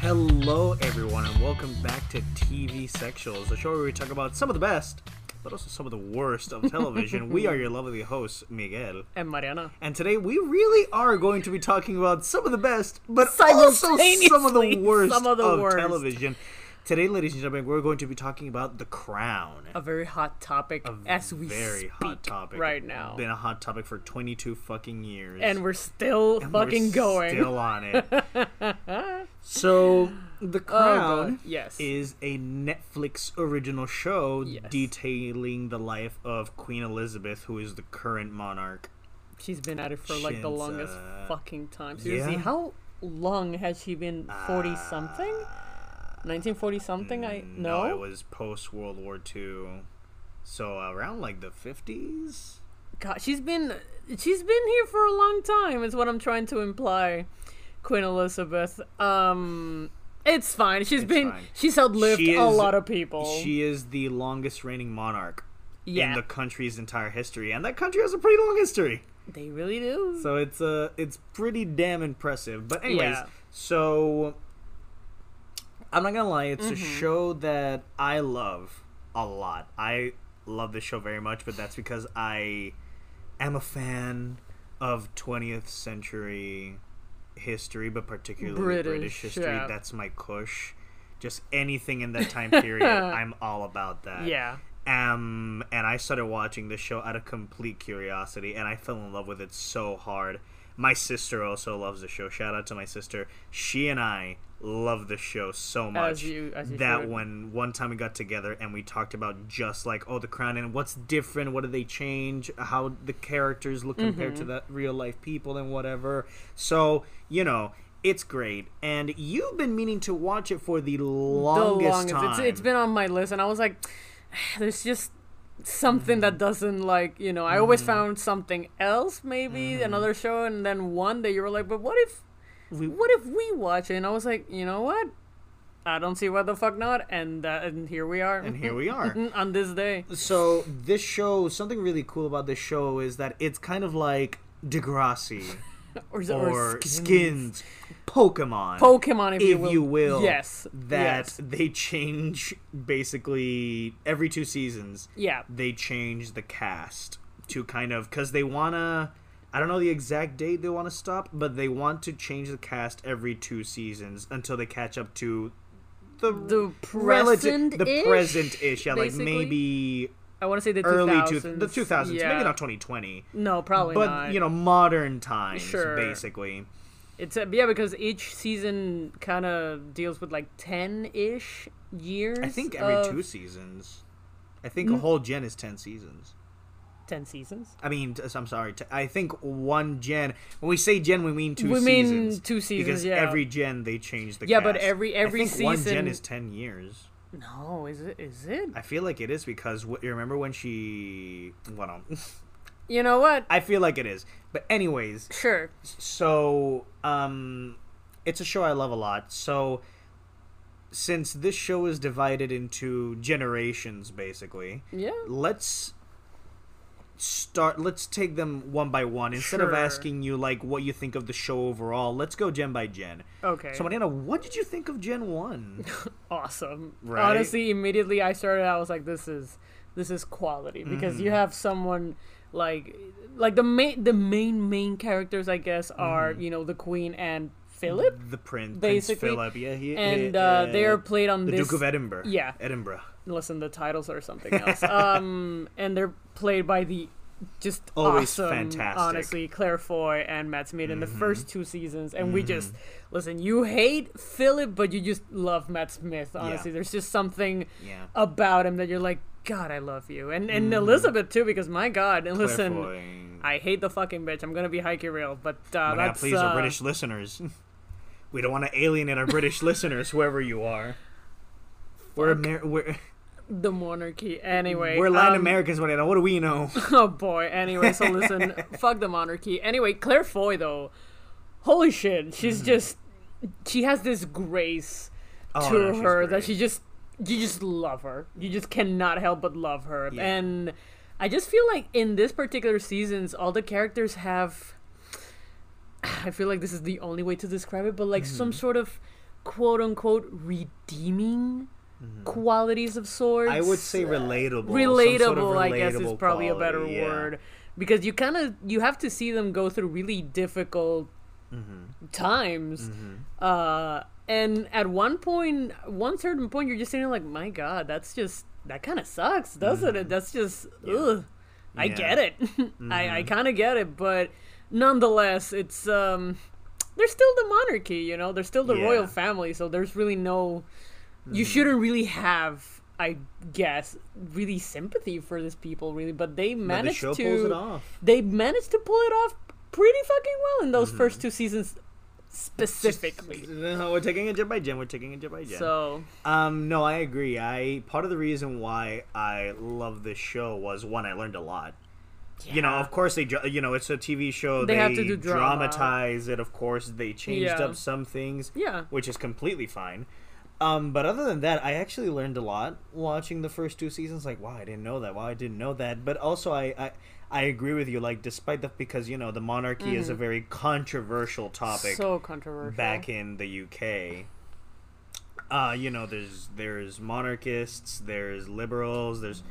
Hello, everyone, and welcome back to TV Sexuals, a show where we talk about some of the best, but also some of the worst of television. we are your lovely hosts, Miguel. and Mariana. And today we really are going to be talking about some of the best, but also Simultaneously, some of the worst some of of, the worst. television. Today, ladies and gentlemen, we're going to be talking about The Crown. A very hot topic as we Very speak hot topic right now, Been a hot topic for 22 fucking years. and we're still fucking we're going. Still on it. so, The Oh, Crown God. yes, is a Netflix original show Yes. detailing the life of Queen Elizabeth, who is the current monarch. she's been at it for like the Since, longest uh, fucking time. Seriously, yeah. Uh, how long has she been? Forty something, nineteen forty something. I mm, no. it was post World War II, so around like the fifties. God, she's been she's been here for a long time. Is what I'm trying to imply, Queen Elizabeth. Um, it's fine. She's been fine. she's outlived She a is- lot of people. She is the longest reigning monarch Oh. yeah, in the country's entire history, and that country has a pretty long history. they really do. So it's uh it's pretty damn impressive. But anyways, Yeah. so I'm not gonna lie, it's Mm-hmm. a show that I love a lot. I love this show very much, but that's because I am a fan of 20th century history, but particularly British, British, history. yeah. That's my kush. Just anything in that time period, I'm all about that. yeah. Um, and I started watching this show out of complete curiosity, and I fell in love with it so hard. My sister also loves the show. Shout out to my sister. She and I love the show so much you- as you that should. when one time we got together and we talked about just like oh the crown and what's different, what do they change, how the characters look compared Mm-hmm. to the real life people and whatever. So you know it's great, and you've been meaning to watch it for the longest, time. It's, it's been on my list, and I was like, there's just something Mm. that doesn't like you know. I always found something else, maybe Mm. another show, and then one day you were like, but what if, We- what if we watch it? And I was like, you know what? I don't see why the fuck not, and uh, and here we are. and here we are. on this day. So this show, something really cool about this show is that it's kind of like Degrassi Or, is it- or or Skins. Skins, Pokemon, Pokemon, if, if you will. Yes. that yes. they change basically every two seasons. Yeah. They change the cast to kind of because they wanna. I don't know the exact date they want to stop, but they want to change the cast every two seasons until they catch up to the The relative- the present-ish, present-ish. Yeah, like basically. maybe I want to say the early 2000s. two, the 2000s Yeah. maybe not 2020 No, probably but not. you know modern times Sure. basically It's uh, yeah, because each season kind of deals with like ten ish years. i think every of- two seasons i think a whole gen is 10 seasons ten seasons. i mean t- i'm sorry t- i think one gen when we say gen we mean two We mean seasons two seasons, because yeah. every gen they change the Yeah, but cast. every- every I think one gen season- is 10 years No, is it? Is it? i feel like it is because what, you remember when she went on You know what? i feel like it is but anyways Sure. so um it's a show i love a lot so since this show is divided into generations basically Yeah. let's start let's take them one by one instead of Sure. asking you like what you think of the show overall let's go gen by gen Okay. so Mariana, what did you think of gen 1 awesome. Right? Honestly, immediately I started. I was like, this is this is quality because Mm-hmm. you have someone like like the main the main main characters I guess Mm-hmm. are you know the queen and Philip the prince prince Basically, philip yeah he, and he- uh, they are played on the this duke of edinburgh yeah. edinburgh listen the titles are something else um and they're played by the just Always awesome fantastic. Mm-hmm. honestly claire foy and matt smith in the first two seasons and we just listen you hate philip but you just love matt smith honestly there's just something yeah about him that you're like god i love you and and Mm-hmm. elizabeth too because my god and listen Clairvoyant. i hate the fucking bitch i'm gonna be hikey real but uh But now, that's Oh please, uh, our British listeners. We don't want to alienate our British listeners, whoever you are. We're Amer- we're the monarchy anyway we're Latin um, Americans, but what do we know? Oh boy. Anyway, so listen, fuck the monarchy. Anyway, Claire Foy though, holy shit, she's Mm-hmm. just she has this grace Oh, to no, she's her great. that she just you just love her. You just cannot help but love her. Yeah. And I just feel like in this particular seasons all the characters have I feel like this is the only way to describe it, but like Mm-hmm. some sort of quote unquote redeeming qualities of sorts. Mm-hmm. I would say relatable. some uh, relatable, sort of I guess is relatable probably a better quality, yeah. word because you kind of you have to see them go through really difficult Mm-hmm. times uh and at one point one certain point you're just sitting there like my god that's just that kind of sucks doesn't it that's just ugh Mm-hmm. Yeah. i Mm-hmm. get it i i kind of get it but nonetheless it's um they're still the monarchy you know they're still the Yeah. royal family so there's really no you Mm-hmm. shouldn't really have i guess really sympathy for these people really but they But the managed show to pulls it off. they managed to pull it off pretty fucking well in those Mm-hmm. first two seasons specifically No, we're taking it gem by gem. We're taking it gem by gem. so Um, no, I agree. I part of the reason why I love this show was one I learned a lot. You know, of course they, dra- you know, it's a TV show. They have to do drama. dramatize it. Of course, they changed Yeah. up some things, yeah which is completely fine. Um, but other than that, I actually learned a lot watching the first two seasons. Like, wow, I didn't know that. Wow, I didn't know that. But also, I, I, I agree with you. Like, despite the because you know the monarchy is a very controversial topic Mm-hmm. so controversial back in the UK. Uh, you know, there's there's monarchists, there's liberals, there's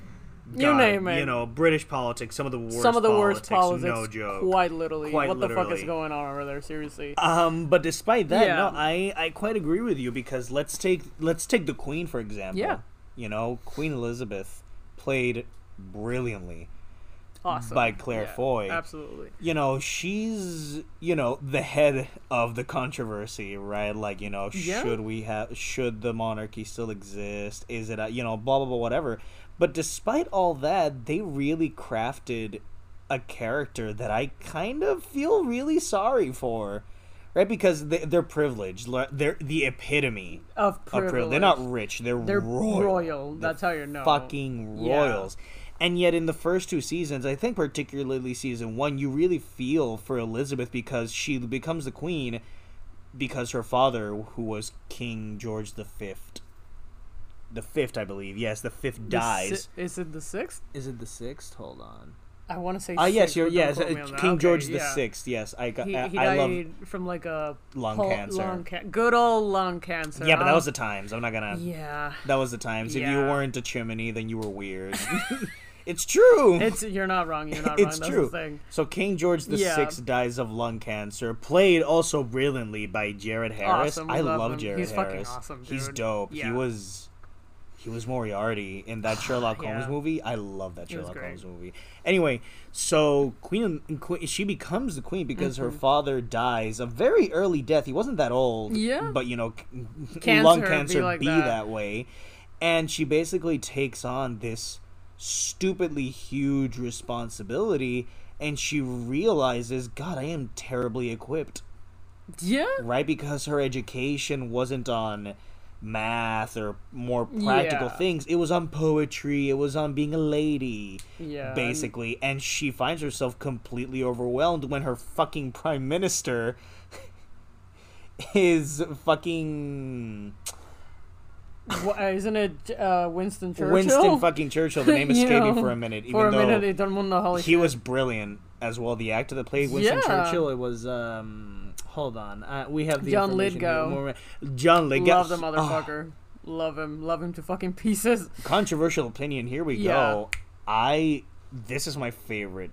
You name it. You know, British politics. Some of the worst. some of the worst politics, politics No joke. quite literally Quite what the fuck is literally. going on over there seriously Um, but despite that, Yeah. no, I I quite agree with you because let's take let's take the Queen for example. Yeah. You know, Queen Elizabeth played brilliantly. awesome by Claire Foy. absolutely You know, she's you know the head of the controversy, right? Like you know, Yeah. should we have should the monarchy still exist? Is it a, you know blah blah blah whatever. But despite all that, they really crafted a character that I kind of feel really sorry for, right? Because they, they're privileged. li- They're the epitome of of privilege. privilege. They're not rich. They're, they're royal, royal. that's how you know Fucking Yeah. royals. And yet, in the first two seasons, I think particularly season one, you really feel for Elizabeth because she becomes the queen because her father, who was King George the Fifth, the fifth, I believe, yes, the fifth The si- dies. is it the sixth Is it the sixth? Hold on. i want to say Ah, yes, sixth, you're but don't yes, quote uh, me on that. King Okay, George the yeah. sixth. Yes, I got. He, I, he I love. died from like a lung cancer. Lung ca- good old lung cancer. Yeah, but that huh? was the times. I'm not gonna. yeah. That was the times. If you Yeah. weren't a chimney, then you were weird. it's true. It's you're not wrong. You're not It's wrong. true. That's the thing. so King George the Yeah. Sixth dies of lung cancer, played also brilliantly by Jared Harris. Awesome, we I love love, him. Jared He's fucking Harris. awesome, He's dude. dope. He Yeah. was he was Moriarty in that Sherlock Holmes Yeah. movie. I love that was Sherlock great. Holmes movie. Anyway, so Queen, que- she becomes the queen because Mm-hmm. her father dies a very early death. He wasn't that old. Yeah. But you know, c- Cancer lung be cancer like be that. that way, and she basically takes on this stupidly huge responsibility, and she realizes, God, I am terribly equipped Yeah. right because her education wasn't on math or more practical Yeah. things it was on poetry it was on being a lady Yeah. basically and she finds herself completely overwhelmed when her fucking prime minister is fucking Wha- uh, isn't it uh, Winston Churchill? Winston fucking Churchill the name You escaped me know, for a minute even For a though minute, it don't want the holy he was brilliant as well the actor that played Winston Yeah. Churchill it was um hold on uh, we have the John information here. Lithgow. More- John Lithgow Love the Ah, motherfucker. Love him. Love him to fucking pieces. controversial opinion here we go i this is my favorite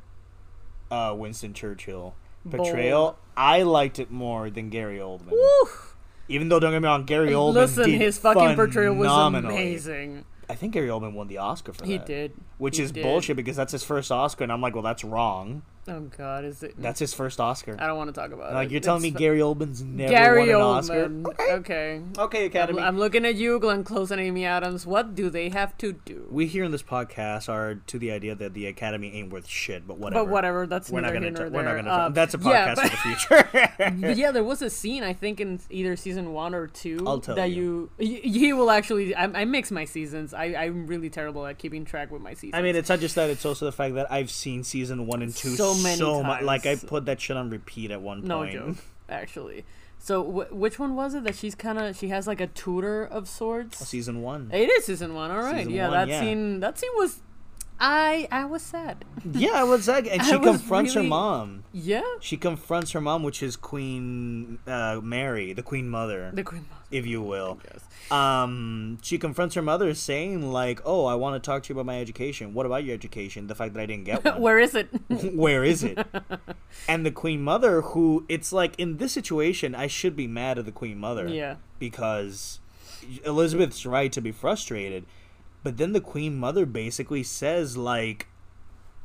uh winston churchill portrayal Bold. i liked it more than gary oldman Woof. even though don't get me wrong gary oldman Listen, did his fucking portrayal was phenomenally. amazing. i think gary oldman won the oscar for He that did. which He is did. bullshit because that's his first oscar and i'm like well that's wrong Oh God, is it? that's his first oscar I don't want to talk about it. like you're telling Uh, me It's fu- gary oldman's never Gary won an Oldman. oscar Okay. okay I'm, academy I'm looking at you, Glenn Close and Amy Adams. What do they have to do? we here in this podcast are to the idea that the academy ain't worth shit but whatever But whatever, that's we're not neither gonna here nor ta- there. we're not gonna ta- Uh, that's a podcast yeah, for the future but, but yeah, there was a scene I think in either season one or 2 I'll tell that you. you. y- He will actually. I, I mix my seasons. I, I'm really terrible at keeping track with my seasons. I mean, it's not just that; it's also the fact that I've seen season one and two So many so mu- Like I times. put that shit on repeat at one no point. joke. actually. So wh- which one was it that she's kind of she has like a tutor of sorts? Season one. It is season one. All right. Season yeah, one, that yeah. scene. That scene was. I I was sad. yeah, what's that? And I she was confronts her really- mom. Yeah. She confronts her mom, which is Queen uh, Mary, the Queen Mother, The Queen Mother. if you will. Yes. Um, she confronts her mother, saying like, "Oh, I want to talk to you about my education. What about your education? The fact that I didn't get one. Where is it? where is it? and the Queen Mother, who it's like in this situation, I should be mad at the Queen Mother. Yeah. Because Elizabeth's right to be frustrated. But then the Queen Mother basically says, like,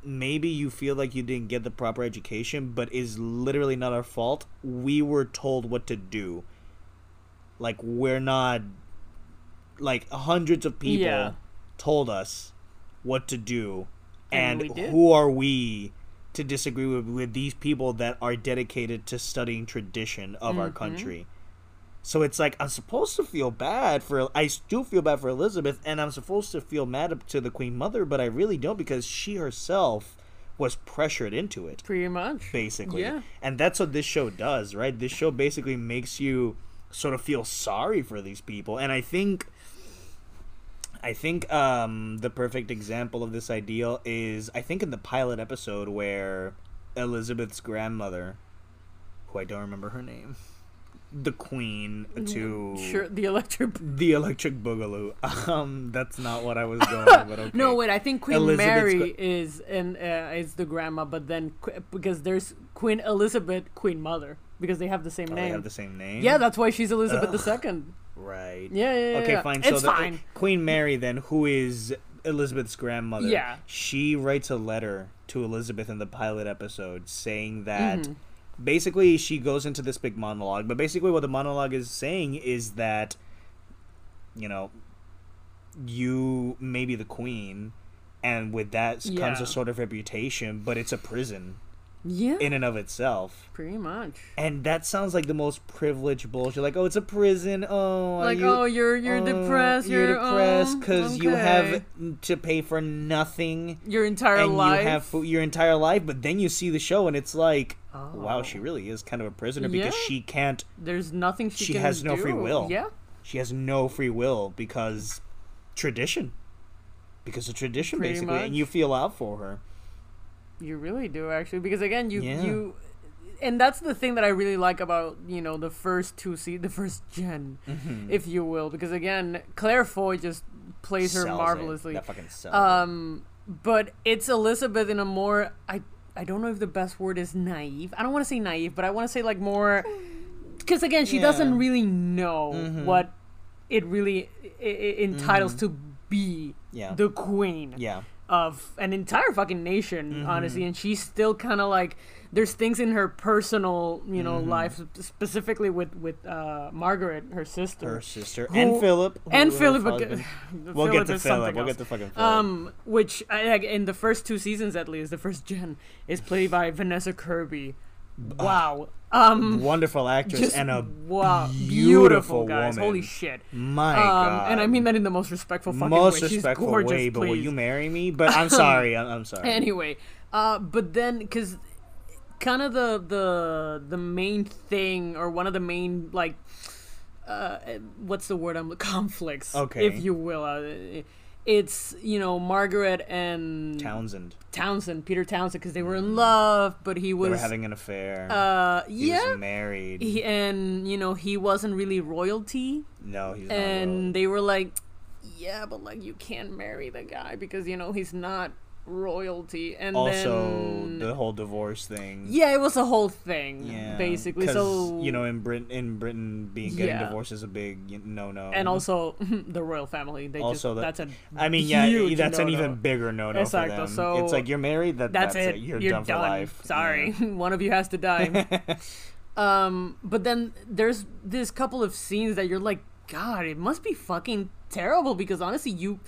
maybe you feel like you didn't get the proper education, but is literally not our fault. We were told what to do. Like, we're not. Like, hundreds of people Yeah. told us what to do and, And we did. who are we to disagree with, with these people that are dedicated to studying tradition of Mm-hmm. our country so it's like i'm supposed to feel bad for i do feel bad for elizabeth and i'm supposed to feel mad up to the queen mother but i really don't because she herself was pressured into it Pretty much. basically Yeah. and that's what this show does right this show basically makes you sort of feel sorry for these people and i think I think um, the perfect example of this ideal is I think in the pilot episode where Elizabeth's grandmother, who I don't remember her name, the queen to Mm, Sure. The electric. the electric boogaloo. Um, that's not what I was going. but okay. No, wait. I think Queen Elizabeth's Mary gra- is and uh, is the grandma, but then Qu- because there's Queen Elizabeth, Queen Mother, because they have the same Oh, name. They have the same name. yeah, that's why she's Elizabeth the Ugh. Second. Right. Yeah, yeah, yeah, Okay, yeah. fine. It's so the- fine. Queen Mary, then, who is Elizabeth's grandmother, Yeah. she writes a letter to Elizabeth in the pilot episode saying that Mm-hmm. basically she goes into this big monologue, but basically what the monologue is saying is that, you know, you may be the queen, and with that comes Yeah. a sort of reputation, but it's a prison Yeah. in and of itself. pretty much. And that sounds like the most privileged bullshit. Like, oh, it's a prison. Oh, are Like, you- oh, you're you're Oh, depressed. You're, oh, depressed because because you have to pay for nothing, your entire and life. you have food your entire life. But then you see the show, and it's like, wow, she Oh. really is kind of a prisoner because Yeah. she can't. There's nothing she, She can has no free do. will. Yeah. She has no free will because tradition, because of tradition Pretty basically, much. and you feel out for her. You really do actually because again you Yeah. you and that's the thing that I really like about, you know, the first two se- the first general Mm-hmm. if you will, because again, Claire Foy just plays her Sells it. marvelously. That fucking sells. Um but it's Elizabeth in a more I I don't know if the best word is naive. I don't want to say naive, but I want to say like more cuz again, she Yeah. Mm-hmm. doesn't really know what it really i- i- entitles to be Yeah. the queen yeah, of an entire fucking nation, Mm-hmm. honestly. And she's still kind of like there's things in her personal, you Mm-hmm. know, life specifically with with uh, Margaret, her sister, her sister who- and Philip who- and her Philip. husband. We'll get to Philip. We'll get to fucking Philip. um, which I, like, in the first two seasons, at least, the first gen is played by Vanessa Kirby. Wow. Um, Wonderful ah, actress just and a wow, beautiful guys. woman. Holy shit. my god. Um, and I mean that in the most respectful fucking most way. She's respectful gorgeous, way, but will please. you marry me? But I'm sorry. I'm, I'm sorry. anyway uh but then because kind of the the the main thing or one of the main like uh what's the word i'm conflicts Okay. if you will uh, it's you know margaret and Townsend. townsend peter townsend because they were in love but he Mm. They were was having an affair. uh he yeah was married. he, and you know he wasn't really royalty Oh, no, he's and not. they were like yeah but like you can't marry the guy because you know he's not royalty and royal. then, Also, the whole divorce thing. Yeah, it was a whole thing, Yeah, basically. 'cause, So you know, in Britain, in Britain, being getting Yeah. divorced is a big no no. and also the royal family. They um, Also just the- that's a I mean, yeah, huge that's an no-no. even bigger no no for Exacto, them. so- it's like you're married. That, that's, it. You're, done, for life. Sorry, Yeah. one of you has to die. um, but then there's this couple of scenes that you're like, God, it must be fucking terrible because honestly, you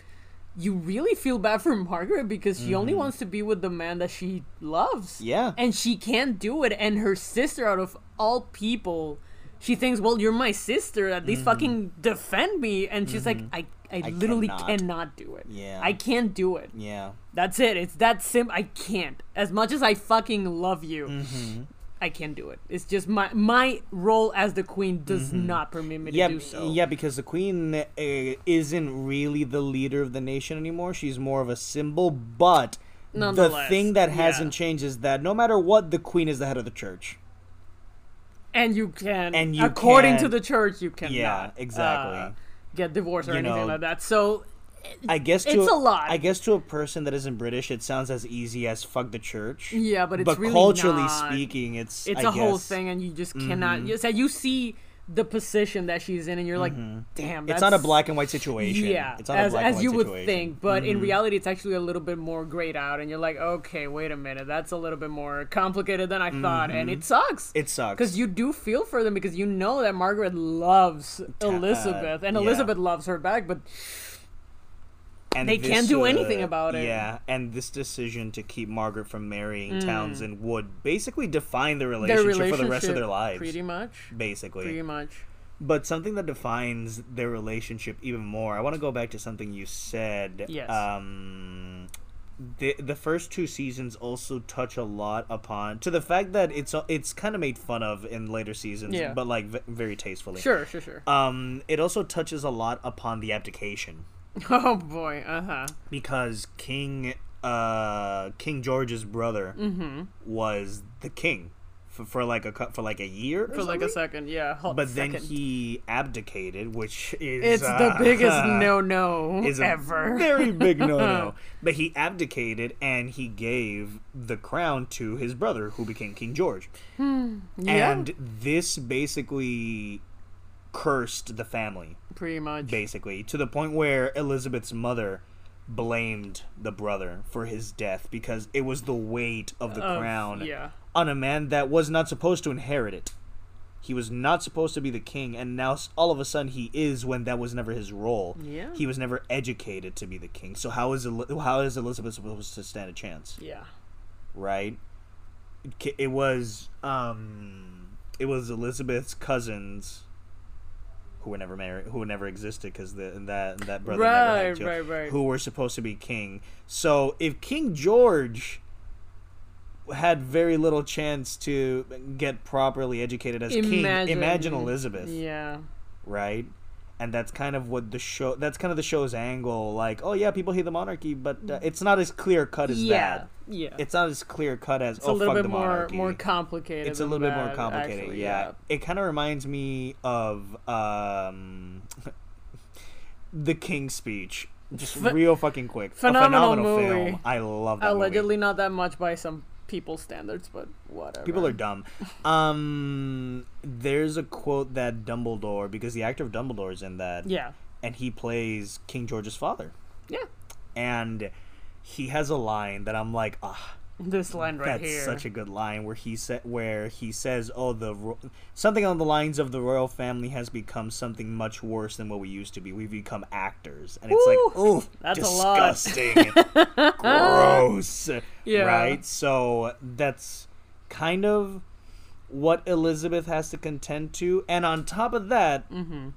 you really feel bad for Margaret because she only wants to be with the man that she loves. Mm-hmm. Yeah. and she can't do it. And her sister, out of all people. She thinks, well, you're my sister. At least fucking defend me. And she's like, I, I, Mm-hmm. I literally cannot. cannot do it. Yeah. I can't do it. Yeah. Mm-hmm. That's it. It's that sim. I can't. As much as I fucking love you, I I can't do it. It's just my my role as the queen does Mm-hmm. not permit me to yeah, do b- so. yeah, because the queen uh, isn't really the leader of the nation anymore. She's more of a symbol, but the Nonetheless, thing that yeah. hasn't changed is that no matter what, the queen is the head of the church. And you can, And you according to can- the church, you cannot. exactly. uh, get divorced or You anything know, like that. So I guess to it's a lot. I guess to a person that isn't British, it sounds as easy as fuck the church. yeah, but it's but really culturally not. speaking, it's it's a a whole thing, and you just Mm-hmm. cannot. You, so you see the position that she's in, and you're like, damn, Mm-hmm. It's that's, not a black and white situation. Yeah, it's not as, a black as and white you would situation. Mm-hmm. think, but in reality, it's actually a little bit more grayed out, and you're like, okay, wait a minute, that's a little bit more complicated than I thought, and it sucks. Mm-hmm. It sucks. because you do feel for them because you know that Margaret loves Elizabeth and yeah. Elizabeth loves her back, but and uh, They can't do anything about it. Mm. Yeah, and this decision to keep Margaret from marrying Townsend would basically define their their relationship, relationship for the rest of their lives, pretty much, basically. pretty much. But something that defines their relationship even more. I want to go back to something you said. Yes. Um, the the first two seasons also touch a lot upon to the fact that it's it's kind of made fun of in later seasons, Yeah. but like v- very tastefully. Sure, sure, sure. Um, it also touches a lot upon the abdication oh boy, uh huh. because King uh King George's brother Mm-hmm. was the king for, for like a cou- for like a year or For like a something? second, yeah. Hold, But then second. he abdicated, which is It's the uh, biggest no no is a ever. very big no no. but he abdicated and he gave the crown to his brother, who became King George. Hmm. yeah, And this basically cursed the family, pretty much. basically, to the point where Elizabeth's mother blamed the brother for his death because it was the weight of the Of- crown Oh, Yeah. on a man that was not supposed to inherit it. He was not supposed to be the king, and now s- all of a sudden he is when that was never his role. Yeah. He was never educated to be the king. So how is Eli- how is Elizabeth supposed to stand a chance, Yeah. right? It ca- It was um it was Elizabeth's cousins who were never married, who never existed because that that brother never Right, had children, right, right. who were supposed to be king. So if King George had very little chance to get properly educated as king, imagine Elizabeth, Yeah. right? And that's kind of what the show. That's kind of the show's angle. Like, oh yeah, people hate the monarchy, but uh, it's not as clear cut as Mm. yeah. that. Yeah. It's not as clear cut as It's oh a little fuck bit the more monarchy. more complicated. It's a than little bit more that, complicated. actually, yeah. it kind of reminds me of um, the King's Speech. Just real fucking quick. A phenomenal phenomenal movie. film. I love that. movie. Allegedly, not that much by some people's standards, but whatever. People are dumb. Um, there's a quote that Dumbledore, because the actor of Dumbledore is in that, Yeah. and he plays King George's father, Yeah. and he has a line that I'm like, ah, This line right that's here. such a good line, where he said, where he says, oh, the ro- something on the lines of the royal family has become something much worse than what we used to be. We've become actors, and it's like, Woo! oh, That's a lot. disgusting, gross, Yeah. right? So that's kind of what Elizabeth has to contend to, and on top of that, Mm-hmm.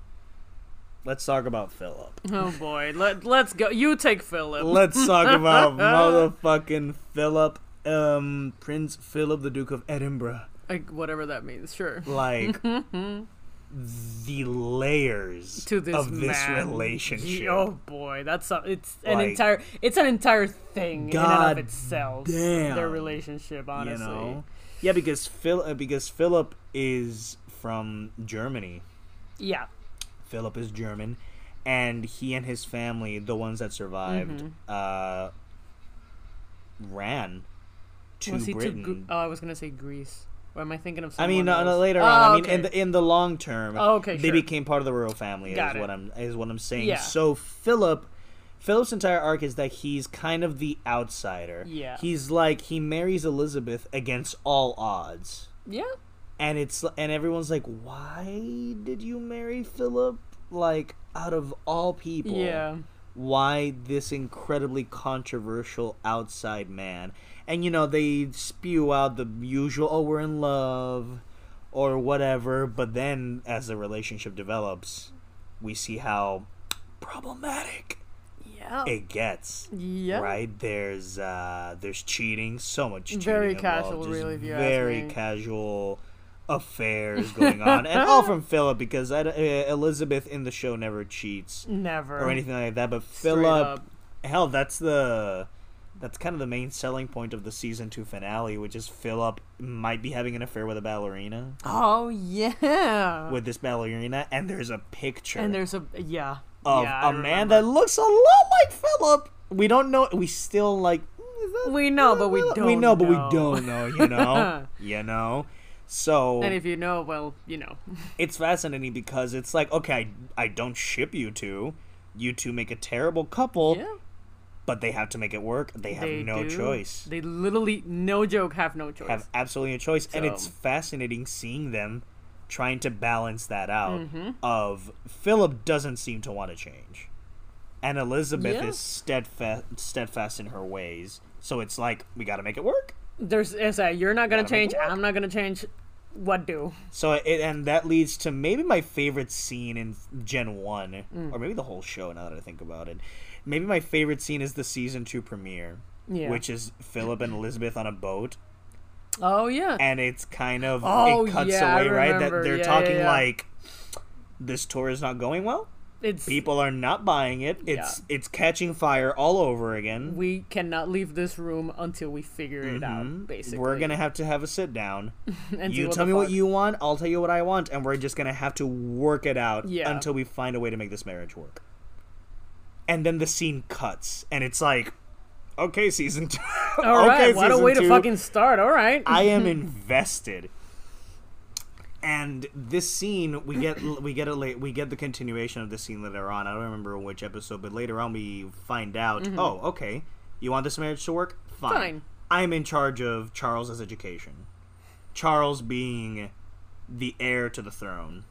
let's talk about Philip. oh boy. Let Let's go. You take Philip. Let's talk about motherfucking Philip, um, Prince Philip, the Duke of Edinburgh. like whatever that means. Sure. Like the layers to this of this man. relationship. Ye- Oh boy, that's a, it's an Like- entire it's an entire thing in and God of itself. Their damn, relationship, honestly. You know? Yeah, because Phil, uh, because Philip is from Germany. Yeah. Philip is German, and he and his family, the ones that survived, Mm-hmm. uh, ran to Was he to Britain. Gr- oh, I was gonna say Greece. Or am I thinking of I someone mean, else? no, no, later Oh, on. I mean, okay. in the in the long term, Oh, okay, they sure. became part of the royal family. Got is what it. I'm is what I'm saying. Yeah. So Philip, Philip's entire arc is that he's kind of the outsider. Yeah. he's like he marries Elizabeth against all odds, yeah. and it's and everyone's like, why did you marry Philip? Like out of all people, Yeah. why this incredibly controversial outside man. And you know, they spew out the usual, oh, we're in love or whatever, but then as the relationship develops, we see how problematic Yeah. Yeah. it gets. Oh. Yeah. Right? There's uh there's cheating, so much cheating. Very involved, casual, just really, if you ask Very me. casual affairs going on. and all from Philip because I, d- uh, Elizabeth in the show never cheats Never. or anything like that, but Straight Philip up. hell, that's the that's kind of the main selling point of the season 2 finale, which is Philip might be having an affair with a ballerina, Oh yeah. with this ballerina, and there's a picture. and there's a yeah. of yeah, a I man remember. that looks a lot like Philip. We don't know. We still like. mm, is that We know, Philip? but we We don't know, but we know. don't know. You know. you know. So And if you know, well, you know. it's fascinating because it's like, okay, I, I don't ship you two. You two make a terrible couple, Yeah. but they have to make it work. They have They no do. choice. They literally, no joke, have no choice. have absolutely no choice. And it's So- fascinating seeing them trying to balance that out Mm-hmm. of Philip doesn't seem to want to change. And Elizabeth Yeah. is steadfast steadfast in her ways. So it's like we got to make it work. There's, it's a, you're not gonna Gotta make change. it work. I'm not gonna change. What do? So it, and that leads to maybe my favorite scene in Gen 1 Mm. or maybe the whole show now that I think about it. Maybe my favorite scene is the season 2 premiere, Yeah. which is Philip and Elizabeth on a boat Oh yeah. and it's kind of Oh, it cuts yeah, I away right that remember. they're Yeah, talking yeah, yeah. like this tour is not going well it's people are not buying it it's it's catching fire all over again we cannot leave this room until we figure it out. Basically, Mm-hmm. we're gonna have to have a sit down And see you what tell the me what fuck. you want i'll tell you what i want and we're just gonna have to work it out Yeah. until we find a way to make this marriage work and then the scene cuts and it's like okay season two All right. okay what a season way to two. fucking start. All right. I am invested. And this scene, we get we get a late, we get the continuation of the scene later on. I don't remember which episode, but later on we find out. Oh, okay. You want this marriage to work? Fine. Mm-hmm. Fine. I'm in charge of Charles's education. Charles being the heir to the throne.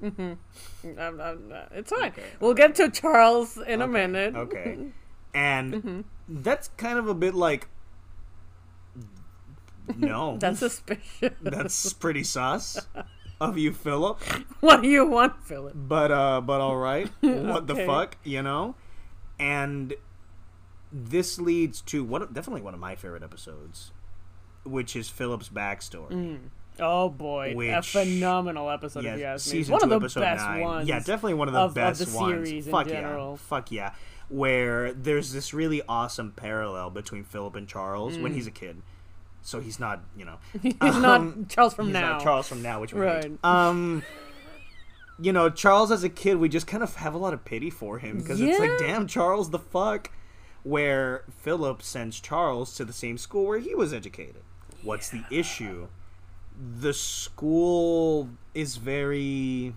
I'm- I'm- uh, it's fine. We'll get to Charles in a minute. Okay. And Mm-hmm. that's kind of a bit like no. That's suspicious. that's pretty sus of you, Philip. what do you want, Philip? but uh but all right what the Okay. fuck you know and this leads to one of, definitely one of my favorite episodes which is philip's backstory Oh boy, a Which- phenomenal episode yeah if you ask me. season One two of the episode best nine ones. yeah definitely one of the of- of best the ones series in fuck yeah general. fuck yeah where there's this really awesome parallel between philip and charles when Mm. he's a kid so he's not you know He's not Charles from Um, He's now. not Charles from now, which we Right. hate. Um, you know, Charles as a kid, we just kind of have a lot of pity for him because it's like, Yeah. damn, Charles, the fuck. Where Philip sends Charles to the same school where he was educated. What's the issue? The school is very.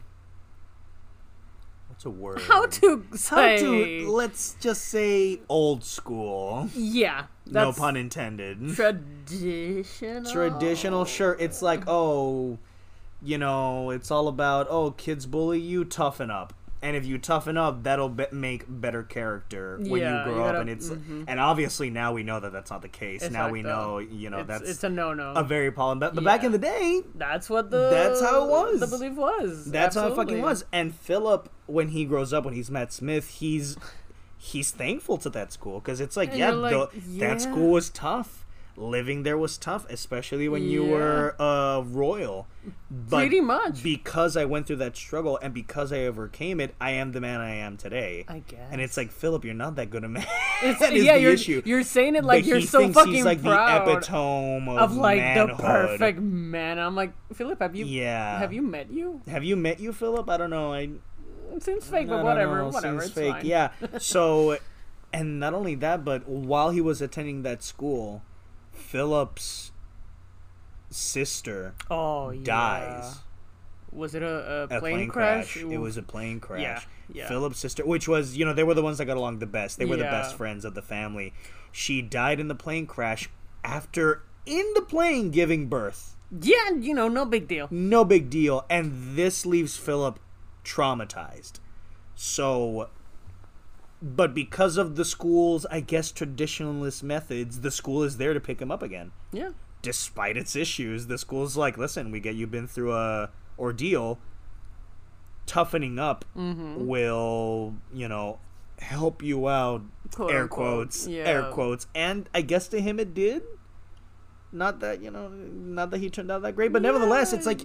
What's a word? How to How say? to let's just say old school. yeah, No that's pun intended Traditional. traditional sure it's like oh you know it's all about oh kids bully you toughen up and if you toughen up that'll be- make better character when Yeah, you grow you up gotta- mm-hmm. and it's and obviously now we know that that's not the case now we know Exacto. you know It's, that's it's a no-no. a very problem but, but back Yeah. in the day that's what the. That's how it was. The belief was. that's how it Absolutely. fucking was and philip when he grows up when he's matt smith he's he's thankful to that school because it's like And yeah, you're like, tho- yeah. that school was tough living there was tough especially when you Yeah. were uh royal but Pretty much. because i went through that struggle and because i overcame it i am the man i am today I guess. and it's like philip you're not that good a man It's- that is yeah, the you're, issue You're saying it like but you're he so thinks fucking he's like proud the epitome of, of like manhood. the perfect man. I'm like Philip. Have you? yeah Have you met you? have you met you philip i don't know i It seems fake, No, but no, whatever. no, whatever. seems It's fake. fine. Yeah. So, and not only that, but while he was attending that school, Philip's sister Oh, yeah. dies. Was it a, a, A plane, crash? It Ooh. was a plane crash. yeah. Philip's sister, which was you know they were the ones that got along the best. They were the best Yeah. friends of the family. She died in the plane crash after in the plane giving birth. Yeah, you know, no big deal. no big deal. And this leaves Philip traumatized. So, but because of the school's, I guess, traditionalist methods, the school is there to pick him up again. Yeah. Despite its issues, the school's like, listen, we get you've been through a Mm-hmm. ordeal. Toughening up will, you know, help you out Quote, air unquote. quotes air Yeah. quotes and i guess to him it did not that you know not that he turned out that great but nevertheless it's like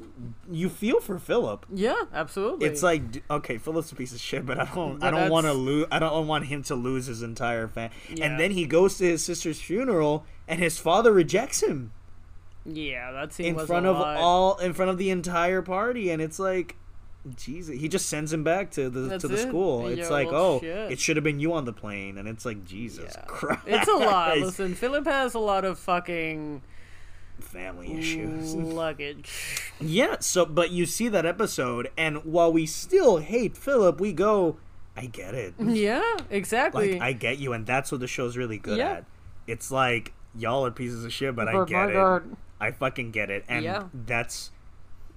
you feel for philip Yeah, absolutely. it's like d- okay philip's a piece of shit but i don't i But don't want to that's- lose i don't want him to lose his entire fan Yeah. and then he goes to his sister's funeral and his father rejects him yeah, that scene in was front a of lot. all in front of the entire party and it's like Jesus, he just sends him back to the That's to the it. school. Yeah, It's like, well, oh, shit. it should have been you on the plane, and it's like Jesus Yeah. Christ. It's a lot. Listen, Philip has a lot of fucking family issues. luggage. Yeah. So, but you see that episode, and while we still hate Philip, we go, I get it. Yeah, exactly. Like, I get you, and that's what the show's really good Yeah. at. It's like y'all are pieces of shit, but I But get my it. God. I fucking get it, and Yeah. that's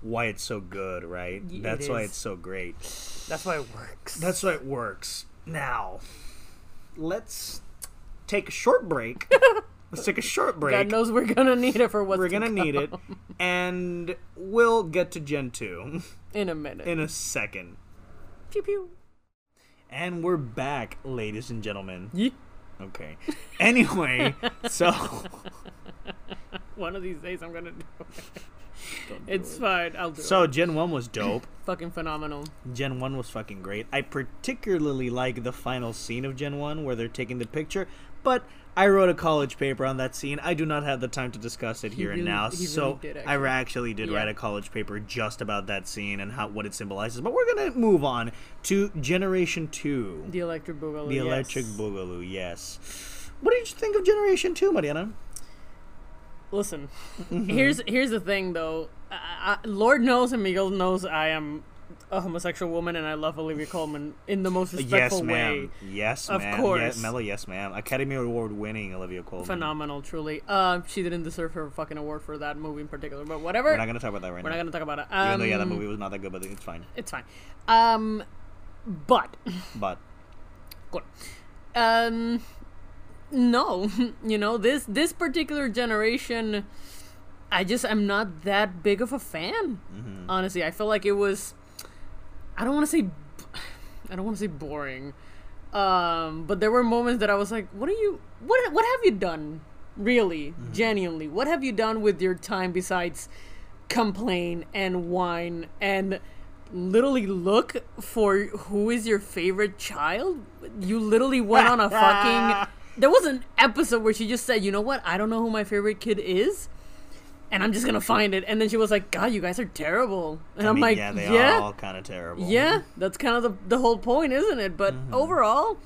why it's so good, right? Y- it that's why is. it's so great. That's why it works. That's why it works. Now, let's take a short break. let's take a short break. God knows we're gonna need it for what's We're to gonna need it, and we'll get to Gen two come in a minute. in a second. pew pew. And we're back, ladies and gentlemen. Ye- Okay. Anyway, so One of these days I'm gonna do it. it's fine. I'll do so it. Gen one was dope. Fucking phenomenal. Gen 1 was fucking great. I particularly like the final scene of Gen 1 where they're taking the picture, but I wrote a college paper on that scene. I do not have the time to discuss it here and really- now. he really so did, I actually. actually did Yeah. write a college paper just about that scene and how what it symbolizes. But we're going to move on to Generation 2. The electric boogaloo. the yes. Electric Boogaloo, yes. What did you think of Generation 2, Mariana? Listen, Mm-hmm. here's here's the thing though. I, I, Lord knows and Miguel knows I am a homosexual woman and I love Olivia Colman in the most respectful yes, way. ma'am. Yes, Of ma'am. course. Yes, Mella, yes, ma'am. Academy Award winning Olivia Colman. Phenomenal, truly. Uh, she didn't deserve her fucking award for that movie in particular, but whatever. We're not going to talk about that right now. gonna talk about it. Um, Even though, yeah, that movie was not that good, but it's fine. It's fine. Um, but But Cool. Um, no, you know this this particular generation, I just am not that big of a fan. Honestly, I feel like it was. I don't want to say, b- I don't want to say boring, um, but there were moments that I was like, "What are you? What what have you done? Really, genuinely, what have you done with your time besides complain and whine and?" literally look for who is your favorite child. You literally went on a fucking. There was an episode where she just said, "You know what? I don't know who my favorite kid is." And I'm just gonna find it. And then she was like, "God, you guys are terrible." And I am mean, like, yeah, "Yeah, they are all Mm-hmm. kind of terrible. yeah, that's kind of the, the whole point, isn't it? But Mm-hmm. overall,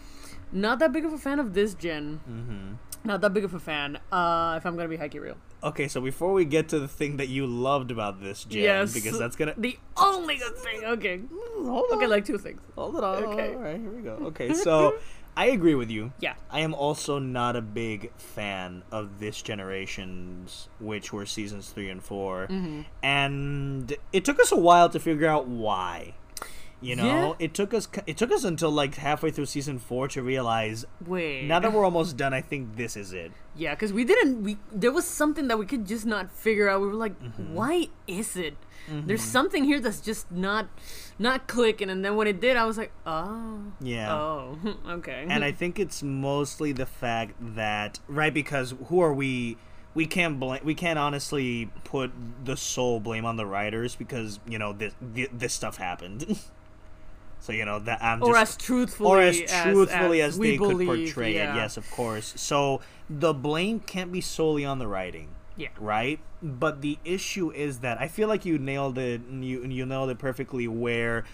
not that big of a fan of this gen. Mm-hmm. Not that big of a fan. Uh, if I'm gonna be hikey real, Okay, so before we get to the thing that you loved about this, Jen, yes, because that's gonna the only good thing. Okay, hold on, okay, like two things. hold it on. okay. all right, here we go. Okay, so I agree with you. Yeah. I am also not a big fan of this generation's, which were seasons three and 4 Mm-hmm. and it took us a while to figure out why. You know, it took us it took us until like halfway through season four to realize. Wait. Now that we're almost done, I think this is it. Yeah, because we didn't. We there was something that we could just not figure out. We were like, Mm-hmm. why is it? There's something here that's just not, not clicking. And then when it did, I was like, oh, Yeah. oh, okay. and I think it's mostly the fact that right because who are we? We can't blame. We can't honestly put the sole blame on the writers because you know this thi- this stuff happened. so you know that I'm just or as truthfully, or as truthfully as, we they believe, could portray yeah. it. Yes, of course. So the blame can't be solely on the writing. Yeah. Right. But the issue is that I feel like you nailed it. and You you nailed it perfectly. Where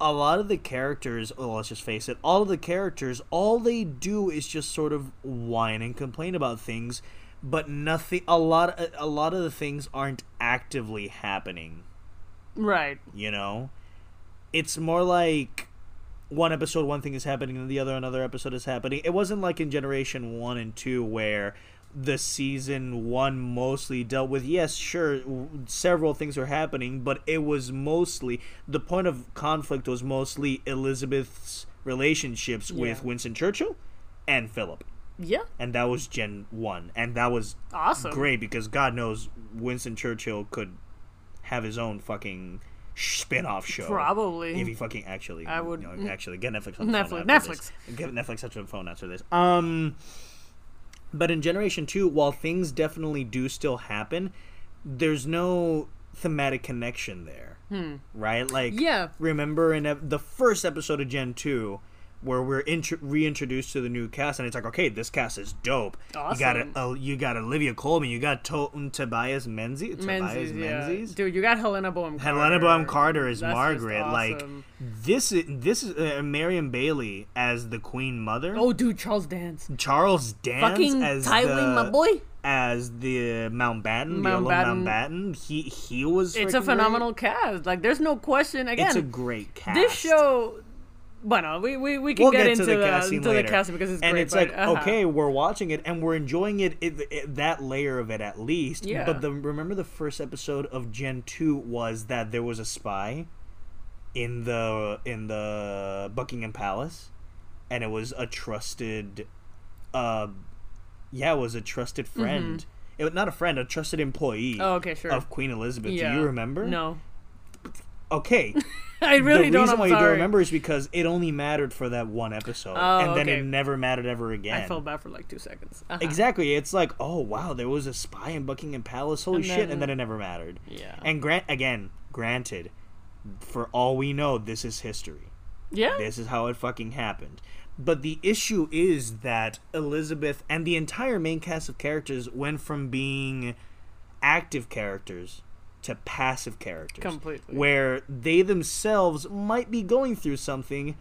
a lot of the characters, well, let's just face it, all of the characters, all they do is just sort of whine and complain about things, but nothing. A lot. A lot of the things aren't actively happening Right. you know it's more like one episode one thing is happening and the other another episode is happening it wasn't like in generation one and two where the season one mostly dealt with yes sure w- several things were happening but it was mostly the point of conflict was mostly elizabeth's relationships with Yeah. winston churchill and philip Yeah. and that was gen one and that was Awesome. great because God knows Winston Churchill could have his own fucking spin-off show. Probably. If you fucking actually, I would- you know, actually get Netflix on the Netflix- phone after this. Netflix. Get Netflix after the phone after this. Um, but in Generation Two, while things definitely do still happen, there's no thematic connection there, right? Like, Hmm. Yeah. remember in ep- the first episode of Gen Two. Where we're intro reintroduced to the new cast, and it's like, okay, this cast is dope. You got Awesome. uh, you got Olivia Colman, you got to- mm, Tobias Menzies, Tobias Menzies, yeah. Menzies, Dude, you got Helena Bohem Carter. Helena Bonham Carter is That's just Margaret. awesome. Like this is this is uh, Marion Bailey as the Queen Mother. Oh, dude, Charles Dance. Charles Dance Fucking as Tywin, the, my boy. as the Mountbatten, Mountbatten. the Mountbatten. He he was. It's a freaking great. phenomenal cast. Like, there's no question. Again, It's a great cast. this show. Bueno, we, we, we can We'll get, get, into to the casting into later. the casting because it's and great. it's but, like uh-huh. okay, we're watching it and we're enjoying it, it, it- that layer of it at least. Yeah. But the remember the first episode of Gen Two was that there was a spy in the in the Buckingham Palace, and it was a trusted, uh, yeah, it was a trusted friend. It was not a friend, a trusted employee. Mm-hmm. Oh, okay, sure. Of Queen Elizabeth, Yeah. do you remember? No, Okay, I really the don't. reason I'm why you sorry. don't remember is because it only mattered for that one episode, Oh, and then okay. it never mattered ever again. I felt bad for like two seconds. Uh-huh. Exactly. It's like, oh wow, there was a spy in Buckingham Palace. Holy And shit! then- And then it never mattered. Yeah. And grant again, granted, for all we know, this is history. yeah. This is how it fucking happened. But the issue is that Elizabeth and the entire main cast of characters went from being active characters to passive characters. Completely. Where they themselves might be going through something,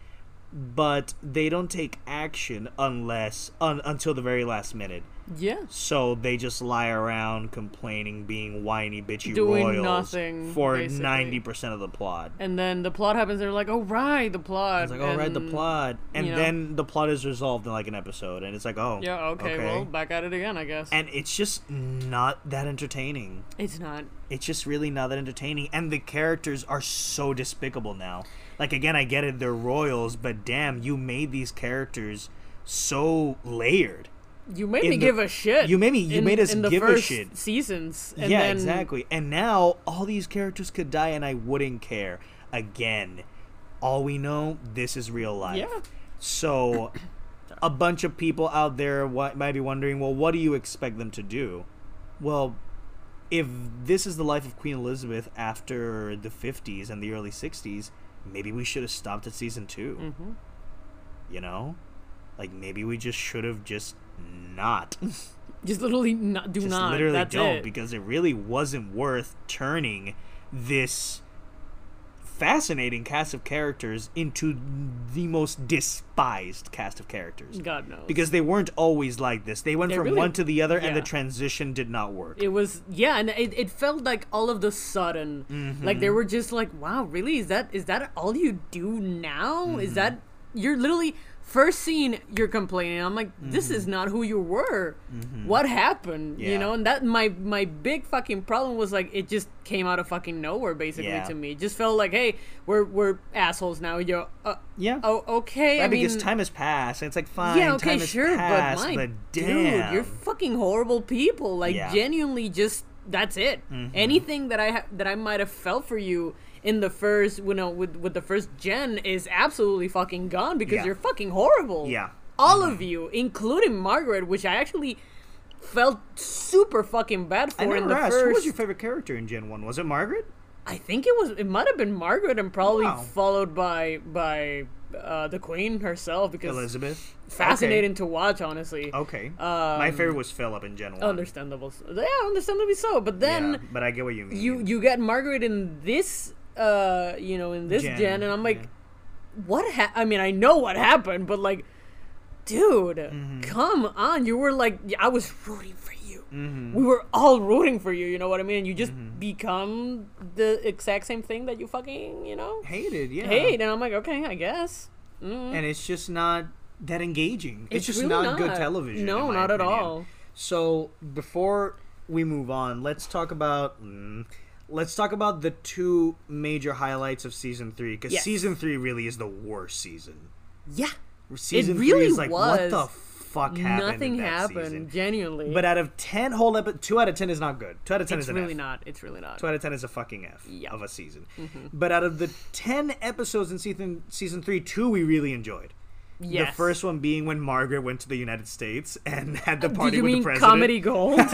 but they don't take action unless un, until the very last minute. Yeah. So they just lie around complaining, being whiny, bitchy Doing royals nothing, for basically. ninety percent of the plot. And then the plot happens. They're like, oh right, the plot. It's like, oh, right, the and- plot. And you know. then the plot is resolved in like an episode. And it's like, oh. Yeah. Okay, Well, back at it again, I guess. and it's just not that entertaining. it's not. It's just really not that entertaining. And the characters are so despicable now. Like, again, I get it, they're royals, but damn, you made these characters so layered. You made In me the- give a shit. you made me- you in- made us in the give a first shit. Seasons. And yeah, then, exactly. And now all these characters could die and I wouldn't care. Again, all we know, this is real life. Yeah. So, a bunch of people out there wa- might be wondering, well, what do you expect them to do? Well, if this is the life of Queen Elizabeth after the 50s and the early 60s, maybe we should have stopped at season 2 You know? Like, maybe we just should have just not. Just literally not. Do just not. literally That's don't, it. because it really wasn't worth turning this fascinating cast of characters into the most despised cast of characters God knows. because they weren't always like this. They went They from really- one to the other, and the yeah. transition did not work. it was yeah and it, it felt like all of the sudden Mm-hmm. like they were just like wow really is that is that all you do now Mm-hmm. is that you're literally first scene you're complaining i'm like this is not who you were what happened you Mm-hmm. Yeah. know and that my my big fucking problem was like it just came out of fucking nowhere basically Yeah. to me it just felt like hey we're we're assholes now you're uh, yeah. oh okay Right, i mean because time has passed, and it's like fine. yeah, okay, time has sure, passed, but my damn, dude, you're fucking horrible people. Like Yeah. Mm-hmm. genuinely, just that's it. Anything that I ha- that I might have felt for you in the first, you know, with with the first gen is absolutely fucking gone because Yeah. you're fucking horrible. Yeah. Mm-hmm. all of you, including Margaret, which I actually felt super fucking bad I for in never the asked first. who was your favorite character in Gen One. Was it Margaret? I think it was it might have been Margaret and probably Wow. followed by by uh, the Queen herself because Elizabeth. fascinating Um, to watch, honestly. Okay. okay. My favorite was Philip in Gen One. Understandable. so- Yeah, understandably so. But then Yeah, but I get what you mean. you you get Margaret in this uh you know in this gen, Gen, and I'm like, yeah. what? Ha- I mean, I know what happened, but like, dude, Mm-hmm. come on! You were like, I was rooting for you. Mm-hmm. We were all rooting for you. You know what I mean? You just become the exact same thing that you fucking you know hated, yeah. hate, and I'm like, okay, I guess. and it's just not that engaging. It's, just really not, good television. No, in my not at opinion. all. So before we move on, let's talk about mm, let's talk about the two major highlights of season three because Yes. season three really is the worst season. Yeah. Season really three is like what the was. fuck happened. Nothing in that happened. season. Genuinely, But out of ten whole episodes, two out of ten is not good. Two out of ten it's is an really F. not. It's really not. Two out of ten is a fucking F Yeah. Mm-hmm. of a season. But out of the ten episodes in season season three, two we really enjoyed. yes. The first one being when Margaret went to the United States and had the Did party you with mean the president. comedy gold?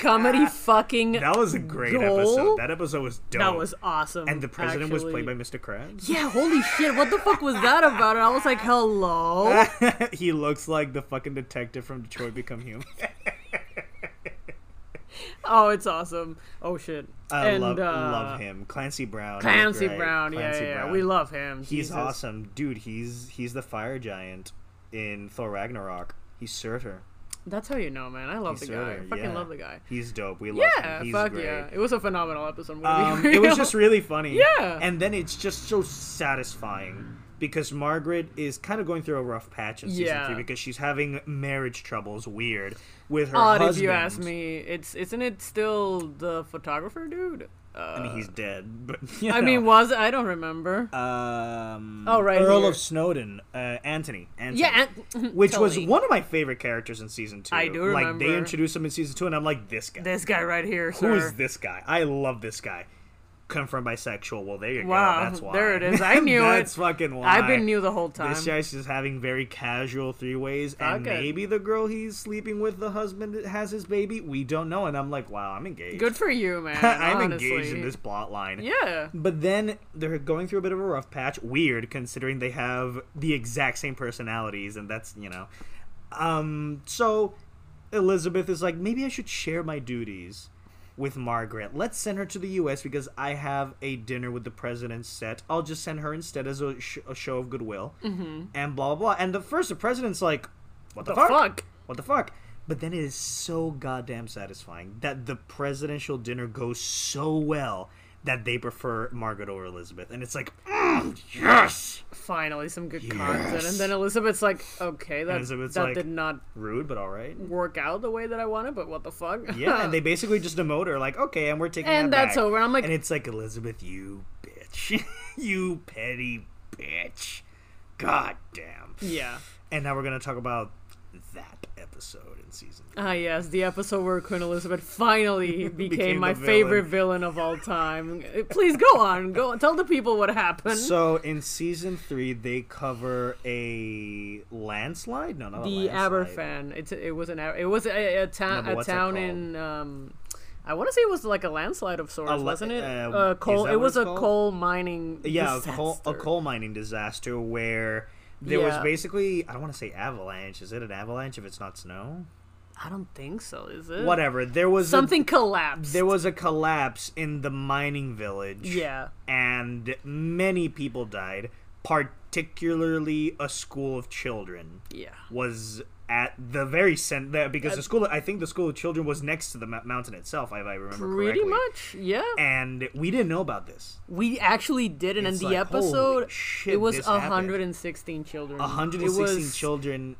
comedy fucking. That was a great Goal? episode. That episode was dope. That was awesome. and the president was played by actually. Mr. Krabs. Yeah, holy shit! What the fuck was that about? And I was like, hello. he looks like the fucking detective from Detroit Become Human. Oh, it's awesome. Oh shit. I and, love uh, love him. Clancy Brown. is Clancy great. Brown. Yeah, Clancy yeah, yeah. Brown. We love him. He's Jesus. awesome, dude. He's he's the fire giant in Thor Ragnarok. He served her. That's how you know, man. I love He the guy. served her, I fucking yeah. love the guy. He's dope. We love Yeah, him. He's fuck great. yeah. It was a phenomenal episode. I'm gonna Um, be it was real. just really funny. Yeah. And then it's just so satisfying because Margaret is kind of going through a rough patch in season Yeah. three because she's having marriage troubles. Weird with her odd husband. if you ask me. It's isn't it still the photographer dude? Uh, I mean, he's dead, but you I mean, know. was I don't remember. um, Oh, right Earl here. of Snowden, uh, Anthony, Anthony. yeah, and, which was Tully. one of my favorite characters in season two. I do Like they remember. introduced him in season two, and I'm like, this guy. This guy right here. Who sir. is this guy? I love this guy. Confirmed bisexual. Well, there you Wow, go. That's why. there it is. I knew it. That's fucking why. I've been new the whole time. This guy's just having very casual three ways, and Okay. maybe the girl he's sleeping with, the husband that has his baby. We don't know. And I'm like, wow, I'm engaged. Good for you, man. I'm honestly. engaged in this plot line. Yeah. But then they're going through a bit of a rough patch. Weird, considering they have the exact same personalities, and that's you know. Um, so Elizabeth is like, maybe I should share my duties with Margaret. Let's send her to the U.S. because I have a dinner with the president set. I'll just send her instead as a, sh- a show of goodwill, mm-hmm. and blah, blah blah. And the first, the president's like, what the, The fuck? what the fuck? But then it is so goddamn satisfying that the presidential dinner goes so well that they prefer Margaret over Elizabeth. And it's like, mm, yes! Finally, some good content. Yes. And then Elizabeth's like, "Okay, that Elizabeth's that like- did not Rude, but all right. work out the way that I wanted, but what the fuck?" Yeah, and they basically just demote her, like, okay, and we're taking And that that's back. over. I'm like- and it's like, Elizabeth, you bitch. you petty bitch. God damn. yeah. And now we're going to talk about that episode in season Ah, yes, the episode where Queen Elizabeth finally became, Became my the favorite villain of all time. Uh, Please go on, go on. tell the people what happened. So in season three, they cover a landslide. No, not a the landslide. Aberfan. It's it was an Aber- it was a, a town No, but a what's it town called? in um, I want to say it was like a landslide of sorts, A la- wasn't it? uh, Uh, is coal. that It what was it's a called? coal mining. Yeah, a coal, a disaster. coal mining disaster where there was Yeah. basically I don't want to say avalanche. Is it an avalanche if it's not snow? I don't think so. Is it Whatever. There was something collapsed? A, there was a collapse in the mining village. yeah. and many people died. Particularly, a school of children Yeah. was at the very center because the school. I think the school of children was next to the mou- mountain itself. If I remember Pretty correctly. much, yeah. and we didn't know about this. We actually did, and in It's the like, holy episode, shit, it was this happened. 116 children. 116 It was- children.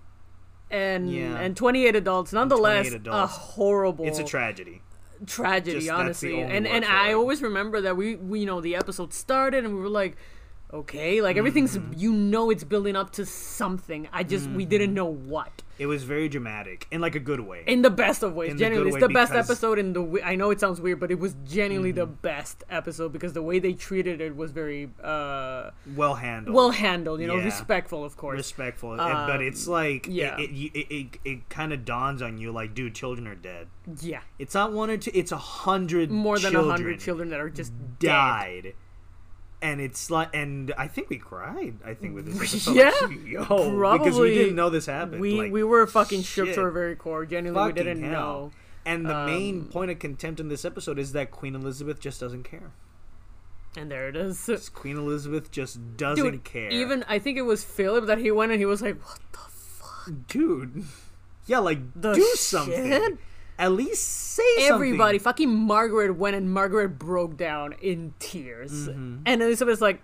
and Yeah. and 28 adults nonetheless 28 adults. a horrible It's a tragedy. tragedy Just- that's the honestly only and word and for i it. always remember that we, we you know the episode started and we were like okay like everything's Mm-hmm. you know it's building up to something i just we Mm-hmm. didn't know what It was very dramatic in like a good way. in the best of ways In the good genuinely way, it's the best because- Mm-hmm. episode in the w- i know it sounds weird but it was genuinely the best episode because the way they treated it was very uh well handled. well handled you know Yeah. respectful of course respectful. and- but it's like um, yeah. it it, it, it, it kind of dawns on you like, dude, children are dead. yeah It's not one or two. It's a hundred. more than a children 100 children that are just dead died. And it's like, and I think we cried. I think with this episode, Yeah, Like, yo, because we probably. didn't know this happened. we like, we were fucking shook shit. to our very core. Genuinely, we fucking didn't hell. know. Um, And the main point of contempt in this episode is that Queen Elizabeth just doesn't care. And there it is. Queen Elizabeth just doesn't Dude, care. even I think it was Philip that he went and he was like, "What the fuck?" dude, yeah, like The do something. shit? At least say Everybody, something. fucking Margaret went and Margaret broke down in tears, and Elizabeth's like,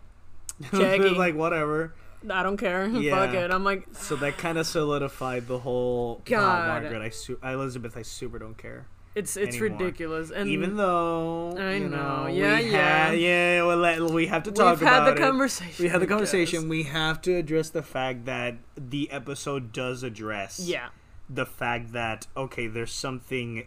Jaggy. Mm-hmm. like whatever. "I don't care, fuck Yeah. it." I'm like, So that kind of solidified the whole. oh, "Wow, God. Margaret, I su- Elizabeth, I super don't care. It's it's anymore. ridiculous. And Even though Um, I you know. know, Yeah, we yeah. had- yeah, well, let- we have to we've talk had about the it. conversation. We had I the guess. conversation. We have to address the fact that the episode does address Yeah. the fact that okay, there's something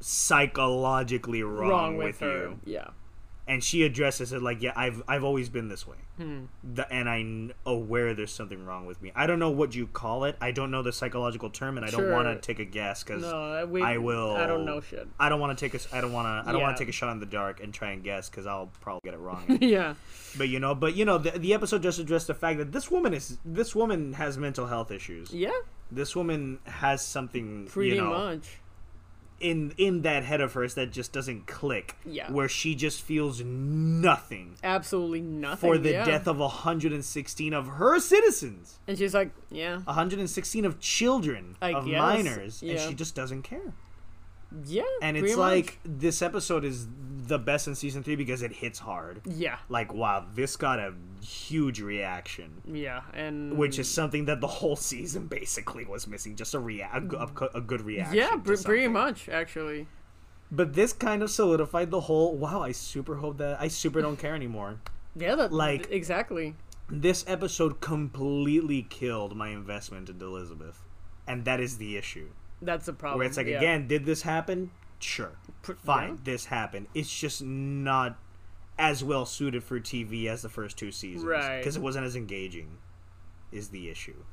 psychologically wrong, Wrong with, her. you, Yeah. and she addresses it like, yeah, I've I've always been this way, Hmm. the, and I'm aware there's something wrong with me. I don't know what you call it. I don't know the psychological term, and I don't want Sure. to take a guess because No, we, I will. I don't know shit. I don't want to take a. I don't want to. I don't Yeah. want to take a shot in the dark and try and guess because I'll probably get it wrong. yeah. but you know, but you know, the, the episode just addressed the fact that this woman is. This woman has mental health issues. Yeah. This woman has something. Pretty you know, much. In in that head of hers that just doesn't click. Yeah. Where she just feels nothing Absolutely nothing. for the yeah. death of 116 of her citizens, And she's like, yeah, 116 of children I of guess, minors, and yeah. she just doesn't care. yeah. And pretty it's much. like this episode is the best in season three because it hits hard. yeah, Like wow, this got a huge reaction, yeah, and which is something that the whole season basically was missing—just a, rea- a, g- a co- a good reaction. yeah, to pr- pretty something. much actually. But this kind of solidified the whole. Wow, I super hope that I super don't care anymore. Yeah, that Like- exactly. This episode completely killed my investment in Elizabeth, and that is the issue. That's the problem. Where it's like, yeah. again, did this happen? Sure. Pr- Fine, yeah. this happened. It's just not as well suited for TV as the first two seasons. Right. Because it wasn't as engaging, is the issue.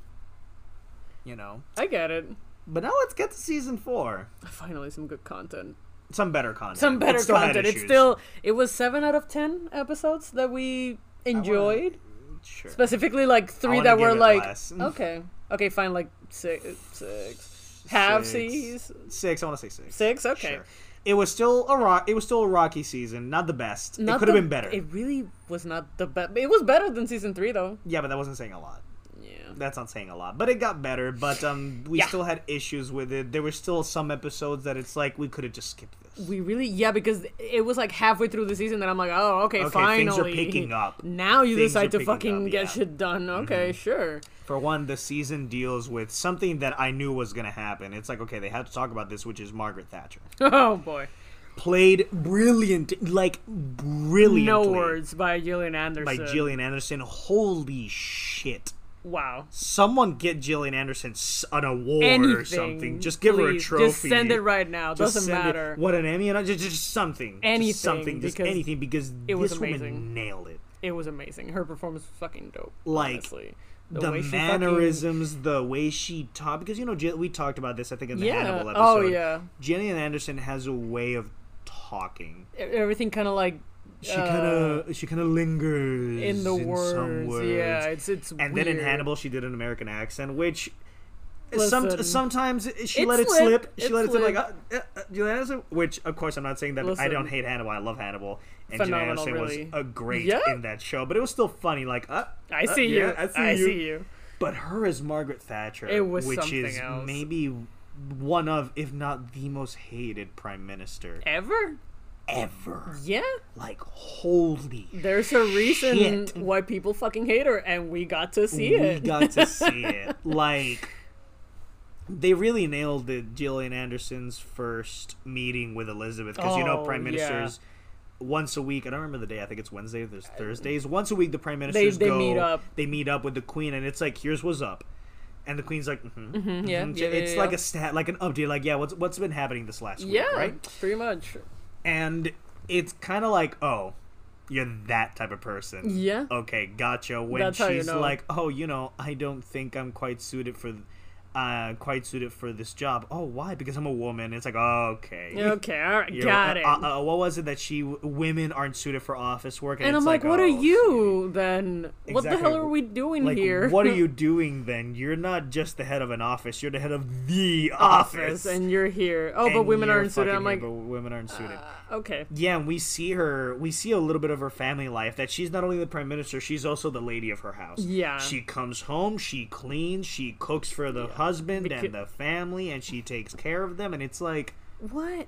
You know? I get it. But now let's get to season four. Finally, some good content. Some better content. Some It better still had content. It's issues. still. It was seven out of ten episodes that we enjoyed. Sure. Specifically, like three wanna that give were it like less. okay, okay, fine, like six, six, half seas, Six, I want to say six. six. Okay, Sure. It was still a ro- it was still a rocky season, not the best. Not it could have the- been better. It really was not the best. It was better than season three, though. Yeah, but that wasn't saying a lot. Yeah. that's not saying a lot, but it got better. But um, we Yeah. still had issues with it. There were still some episodes that it's like we could have just skipped this. We really, yeah, because it was like halfway through the season that I'm like, oh, okay, Okay, finally. things are picking up. Now you Things decide are to picking fucking up, get yeah. Mm-hmm. shit done. Okay, sure. For one, the season deals with something that I knew was gonna happen. It's like okay, they have to talk about this, which is Margaret Thatcher, Oh boy. played brilliant, like brilliantly No words by Gillian Anderson. by Gillian Anderson. Holy shit! Wow. Someone get Gillian Anderson s- an award Anything. or something. Just give her a please. trophy. Just send it right now. Just Doesn't send it- matter. It, what an Emmy and just, just something. Anything, Just something. Just because anything because it was this amazing. woman nailed it. was amazing. Her performance was fucking dope. Like, honestly. The, way she fucking- mannerisms, the way she taught. Because you know, Jill- we talked about this. I think in the Yeah. Hannibal episode. Oh yeah. Gillian Anderson has a way of talking. E- Everything kind of like She kind of she kind of lingers Uh, in the words. some words. Yeah, it's it's And weird. then in Hannibal, she did an American accent, which. Listen. Some, sometimes she It let it slid- slip. She it let it slip, like slid. uh, uh, uh, Gillian Anderson, which of course I'm not saying that but I Listen. don't hate Hannibal. I love Hannibal, and Gillian Phenomenal, Anderson really. was a great Yeah. in that show. But it was still funny. Like uh, I uh, see you. yeah, I see you. But her as Margaret Thatcher, It was which something is else. maybe one of, if not the most hated prime minister Ever? ever. Yeah. Like holy There's a reason Shit. why people fucking hate her, and we got to we see it. got to see it. Like they really nailed the Gillian Anderson's first meeting with Elizabeth because you know Oh, prime yeah. ministers once a week. I don't remember the day. I think it's Wednesday. There's Thursdays. Once a week, the prime They- ministers they go. meet up. They meet up with the queen, and it's like, here's what's up. And the queen's like, mm-hmm. yeah, Mhm. yeah, it's yeah, like yeah. a stat, like an update, like yeah, what's what's been happening this last week, yeah, right? pretty much. And it's kind of like, oh, you're that type of person. Yeah. Okay, gotcha. When That's how she's you know. like, oh, you know, I don't think I'm quite suited for, uh, quite suited for this job. Oh, why? Because I'm a woman. It's like, okay. Okay, all right, You're- got uh, it. Uh, uh, what was it that she women aren't suited for office work? and it's I'm like, what oh, are you then? What the Exactly. hell are we doing Like, here? what are you doing then? You're not just the head of an office. You're the head of the office? And you're here. Oh, but and women you're aren't suited. fucking I'm here, like, uh, but women aren't suited. okay, yeah, and we see her. We see a little bit of her family life. That she's not only the prime minister, she's also the lady of her house. Yeah. she comes home, she cleans, she cooks for the husband Becau- and the family, and she takes care of them. And it's like, what?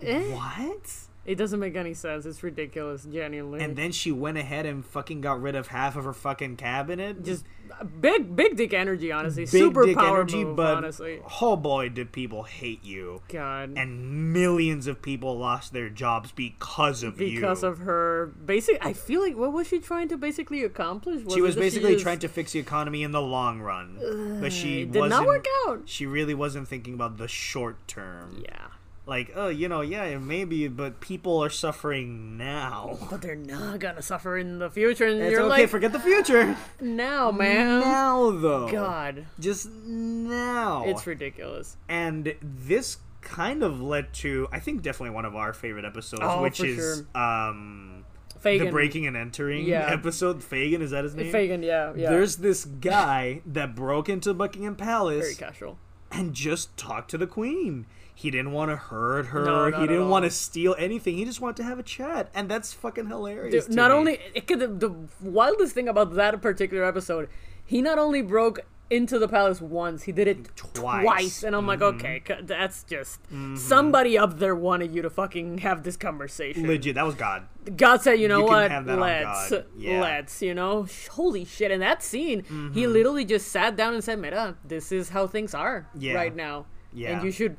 Eh? what? It doesn't make any sense. It's ridiculous, genuinely. And then she went ahead and fucking got rid of half of her fucking cabinet. just uh, big, big dick energy, honestly. Big Super dick power energy, move, but honestly. oh boy, did people hate you. God. And millions of people lost their jobs because of you. because of her basic I feel like what was she trying to basically accomplish? she it was that basically just- trying to fix the economy in the long run, but she It did wasn't, not work out. She really wasn't thinking about the short term. Yeah. Like, oh, you know, yeah, maybe, but people are suffering now. But they're not gonna suffer in the future and It's you're okay, like forget the future. now, man. Now though, God. just now. It's ridiculous. and this kind of led to, I think, definitely one of our favorite episodes, Oh, which for is um Fagan. the breaking and entering Yeah. episode. Fagan is that his name? Fagan, yeah, yeah. There's this guy that broke into Buckingham very Palace casual. and just talked to the Queen. He didn't want to hurt her. No, not he at didn't all. want to steal anything. He just wanted to have a chat, and that's fucking hilarious. Dude, to not me. only it could, the, the wildest thing about that particular episode, he not only broke into the palace once, he did it Twice. Mm-hmm. twice, and I'm like, okay, c- that's just somebody up there wanted you to fucking have this conversation. legit, that was God. God said, you know can what? have that on let's, God. Yeah. Mm-hmm. let's, you know, Sh- holy shit! In that scene, he literally just sat down and said, "Mira, this is how things are Yeah. right now, Yeah. and you should."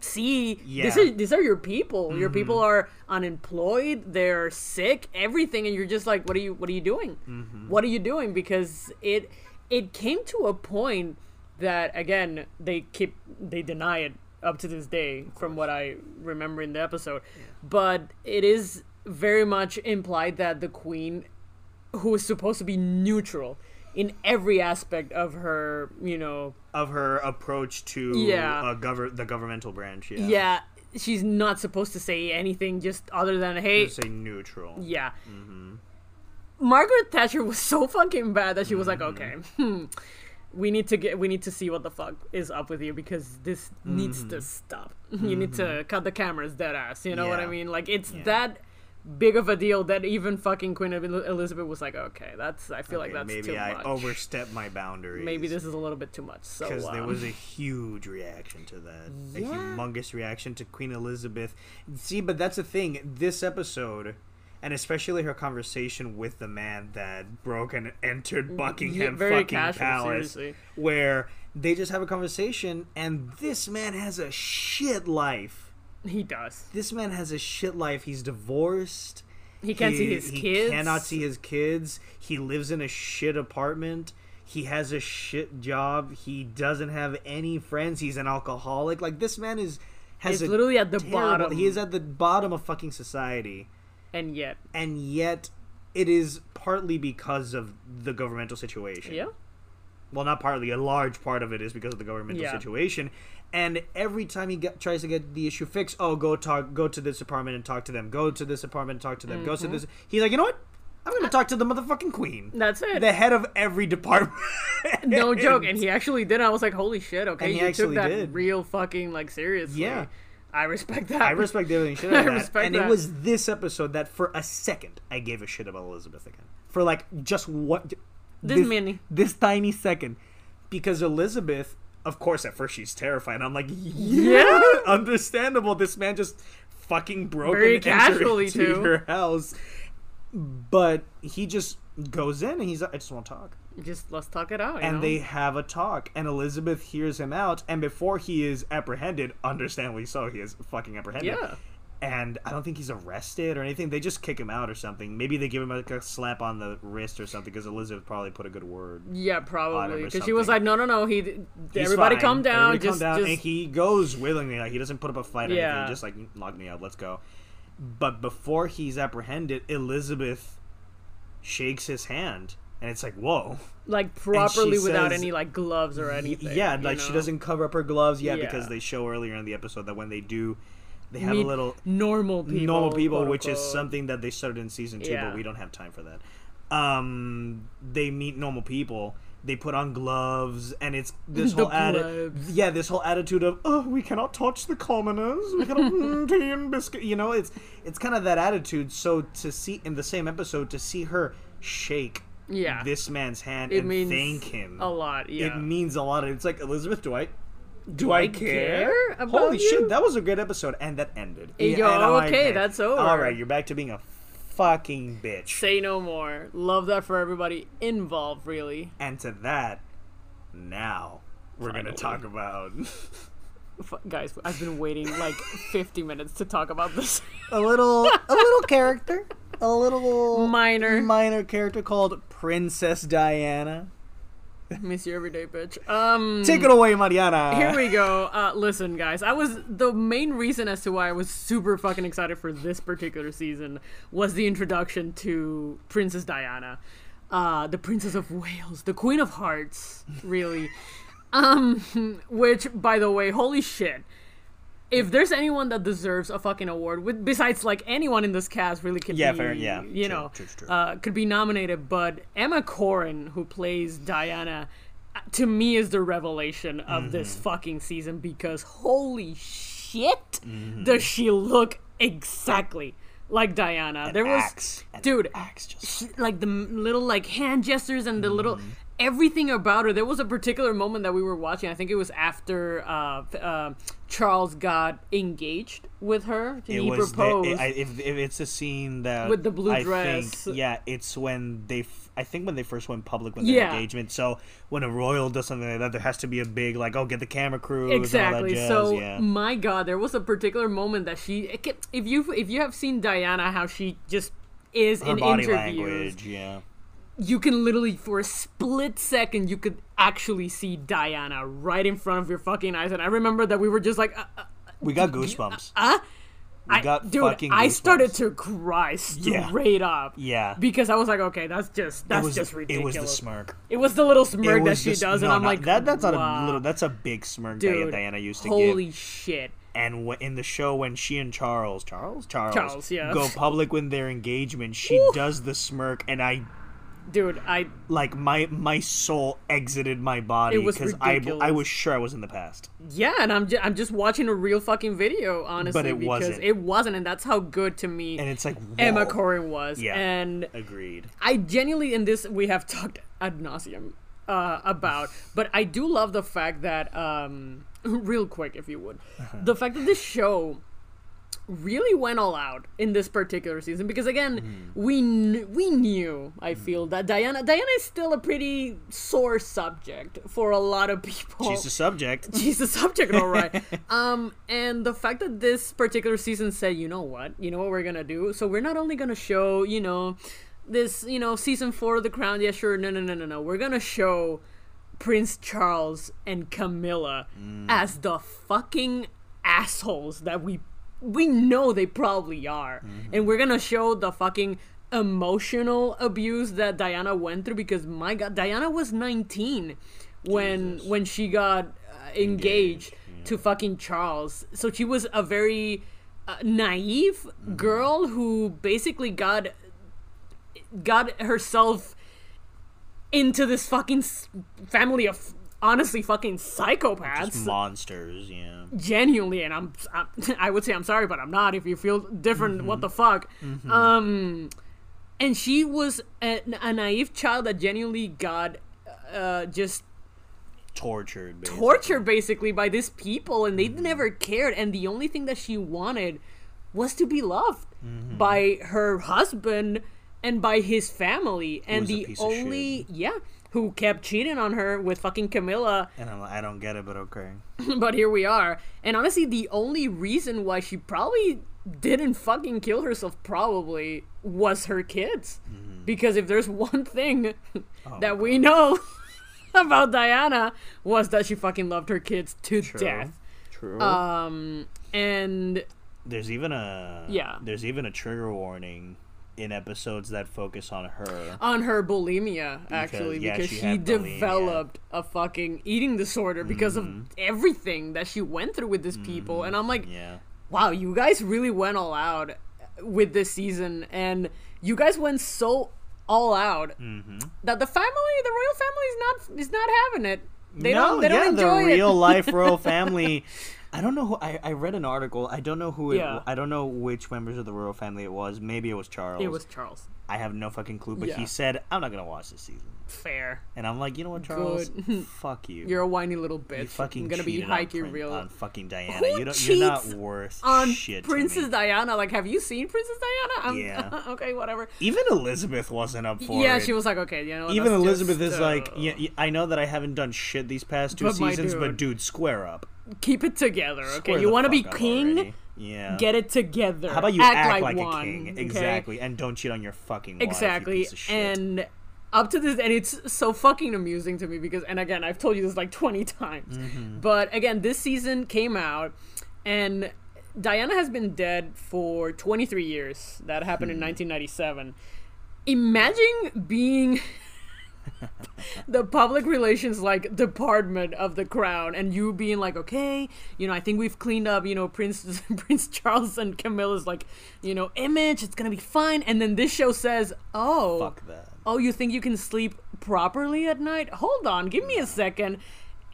See, Yeah. this is, these are your people. Your people are unemployed. They're sick. Everything, and you're just like, what are you? What are you doing? What are you doing? Because it it came to a point that again they keep they deny it up to this day from what I remember in the episode, but it is very much implied that the queen who is supposed to be neutral in every aspect of her, you know, Of her approach to Yeah. uh, gover- the governmental branch. Yeah. yeah, she's not supposed to say anything just other than hey, Say neutral. yeah. Mm-hmm. Margaret Thatcher was so fucking bad that she was like, Mm-hmm. okay, hmm, we need to get, we need to see what the fuck is up with you because this needs Mm-hmm. to stop. You need to cut the cameras dead ass. You know what I Yeah. mean? Like it's that big of a deal that even fucking Queen Ebil- Elizabeth was like, okay, that's. I feel like Okay, that's maybe too I much. overstepped my boundaries. maybe this is a little bit too much. So because there um, was a huge reaction to that a Yeah. humongous reaction to queen elizabeth see but that's the thing this episode and especially her conversation with the man that broke and entered buckingham Mm, very fucking casual, palace seriously. where they just have a conversation and this man has a shit life he does. this man has a shit life he's divorced He can't see his he kids. cannot see his kids. He lives in a shit apartment. He has a shit job. He doesn't have any friends. He's an alcoholic. Like this man is has He's a literally at the terrible- bottom. He is at the bottom of fucking society, and yet, and yet it is partly because of the governmental situation. yeah. Well, not partly. A large part of it is because of the governmental Yeah. situation. And every time he get, tries to get the issue fixed, oh, go talk, go to this apartment and talk to them. Go to this apartment and talk to them. Go to this. He's like, you know what? I'm gonna talk to the motherfucking queen, Mm-hmm. That's it. the head of every department. no joke and he actually did i was like holy shit okay And he you took actually that did. real fucking like seriously Yeah. i respect that I respect the everything shit I out of that. respect and it that. was this episode that, for a second, I gave a shit about Elizabeth again. For like just what This mini. this tiny second, because Elizabeth, of course, at first she's terrified. I'm like, yeah, Yeah. understandable. This man just fucking broke Very and entered casually, into too. your house, but he just goes in and he's like, I just want to talk just let's talk it out you and know? they have a talk and elizabeth hears him out and before he is apprehended understandably so he is fucking apprehended Yeah. and i don't think he's arrested or anything they just kick him out or something maybe they give him like a slap on the wrist or something because elizabeth probably put a good word yeah or probably because she was something. like no no no he He's everybody fine. calm down Everybody just calm down. and just he goes willingly like he doesn't put up a fight or Yeah. anything just like lock me up let's go but before he's apprehended elizabeth shakes his hand and it's like whoa like properly without says- any like gloves or anything Yeah, you like she know? doesn't cover up her gloves. Yeah, because Yeah. they show earlier in the episode that when they do, they have Meet a little normal people normal people, quote, which is unquote. something that they started in season two, Yeah. but we don't have time for that. Um, they meet normal people. They put on gloves, and it's this The whole attitude. gloves. Yeah, this whole attitude of oh, we cannot touch the commoners. We cannot mm, tea and biscuit. You know, it's it's kind of that attitude. So to see in the same episode to see her shake yeah this man's hand it and means thank him a lot yeah it means a lot. It's like Elizabeth Dwight. Do I care about Holy you? shit, that was a great episode, and that ended. Hey, Yeah, yo, I know, I okay, can't. that's All over. right, you're back to being a fucking bitch. Say no more. Love that for everybody involved, really. And to that, now we're gonna Finally. talk about. F- guys, I've been waiting like 50 minutes to talk about this. a little a little character a little Minor. minor character called princess diana Miss you every day, bitch. Um, take it away mariana here we go. Uh, listen, guys, I was the main reason as to why I was super fucking excited for this particular season was the introduction to Princess Diana, uh, the Princess of Wales, the Queen of Hearts, really. um, which, by the way, holy shit. If there's anyone that deserves a fucking award, with besides like anyone in this cast, really could Yeah, be, fair, yeah. you True, know, true, true. Uh, could be nominated. But Emma Corrin, who plays Diana, uh, to me is the revelation of Mm-hmm. this fucking season because holy shit, Mm-hmm. does she look exactly like Diana? there was, Axe. An dude, axe just she- like the m- little like hand gestures and the little Mm-hmm. everything about her. There was a particular moment that we were watching. I think it was after uh, f- uh, Charles got engaged with her. it he was the, proposed. I- if, if it's a scene that With the blue I dress. think, yeah it's when they f- i think when they first went public with their Yeah. engagement so when a royal does something like that there has to be a big like oh get the camera crew and exactly. all that jazz. So yeah. my God, there was a particular moment that she. it ca- If you if you have seen Diana, how she just is her in body interviews, language yeah you can literally for a split second you could actually see Diana right in front of your fucking eyes. And I remember that we were just like. Uh, uh, we got goosebumps I, got dude, fucking I started goosebumps. to cry Yeah. straight up. Yeah. Because I was like, okay, that's just it that's was just it was ridiculous. the smirk the little It smirk that was she just- does, no, and I'm no, like, that. That's not wow. a little. That's a big smirk dude, that Diana used to holy give. shit. And wh- in the show, when she and Charles, Charles, Charles, Charles, yeah. go public with their engagement, she does the smirk, and I Dude, I like my my soul exited my body It was because I I ridiculous. was sure I was in the past. yeah, and I'm ju- I'm just watching a real fucking video, honestly, it because wasn't. it wasn't, and that's how good to me And it's like Emma whoa. Corrin was. Yeah. And Agreed. I genuinely in this we have talked ad nauseum uh, about, but I do love the fact that um, real quick, if you would, Uh-huh. the fact that this show really went all out in this particular season because again Mm. we kn- we knew I feel that Diana Diana is still a pretty sore subject for a lot of people. She's the subject. She's the subject, all right. um, and the fact that this particular season said, you know what, you know what we're gonna do. So we're not only gonna show, you know, this, you know, season four of The Crown. Yeah, sure. No, no, no, no, no. We're gonna show Prince Charles and Camilla as the fucking assholes that we we know they probably are, and we're gonna show the fucking emotional abuse that Diana went through because my god, Diana was 19 when when she got uh, engaged, to fucking Charles. So she was a very uh, naive girl who basically got got herself into this fucking s- family of honestly fucking psychopaths Monsters. Yeah. genuinely and I'm, I'm i would say i'm sorry but i'm not if you feel different what the fuck um and she was a, a naive child that genuinely got uh just Tortured. Basically. tortured basically by these people and they Mm-hmm. never cared and the only thing that she wanted was to be loved Mm-hmm. by her husband and by his family and was a the piece of shit. only yeah who kept cheating on her with fucking camilla And I'm like, I don't get it, but okay. but here we are. And honestly, the only reason why she probably didn't fucking kill herself probably was her kids. Mm-hmm. Because if there's one thing Oh that we know about Diana was that she fucking loved her kids to death. True. Um and there's even a Yeah. There's even a trigger warning in episodes that focus on her. on her bulimia actually yeah, because she she, had bulimia. Mm-hmm. developed a fucking eating disorder because of everything that she went through with these people and I'm like Yeah. wow, you guys really went all out with this season, and you guys went so all out Mm-hmm. that the family, the royal family, is not is not having it. They don't. They don't enjoy the real it. life royal family. I don't know who I, I read an article. I don't know who it Yeah. I don't know which members of the royal family it was. Maybe it was Charles. it was Charles. I have no fucking clue. But Yeah. he said, I'm not gonna watch this season. Fair. And I'm like, you know what, Charles? Fuck you. You're a whiny little bitch. you fucking I'm gonna be cheated on hiking Prin- real on fucking Diana. Who you don't, you're not cheats worth on shit. to me. Princess Diana. Like, have you seen Princess Diana? I'm, Yeah. okay, whatever. Even Elizabeth wasn't up for it. yeah, she was like, okay, you know. what, Even let's Elizabeth just, is like, uh, yeah, yeah, I know that I haven't done shit these past two But my seasons, but dude- dude, square up. keep it together, okay? Square you the want to be fuck up king? already. Yeah. Get it together. How about you act, like, a one, king? okay? Exactly. And don't cheat on your fucking wife. you Exactly. piece of shit. And up to this, and it's so fucking amusing to me because, and again, I've told you this like 20 times. Mm-hmm. But again, this season came out, and Diana has been dead for 23 years. That happened Hmm. in 1997. Imagine being. the public relations like department of the crown and you being like okay you know i think we've cleaned up you know prince prince charles and camilla's like you know image it's gonna be fine and then this show says oh Fuck that. oh you think you can sleep properly at night hold on give me a second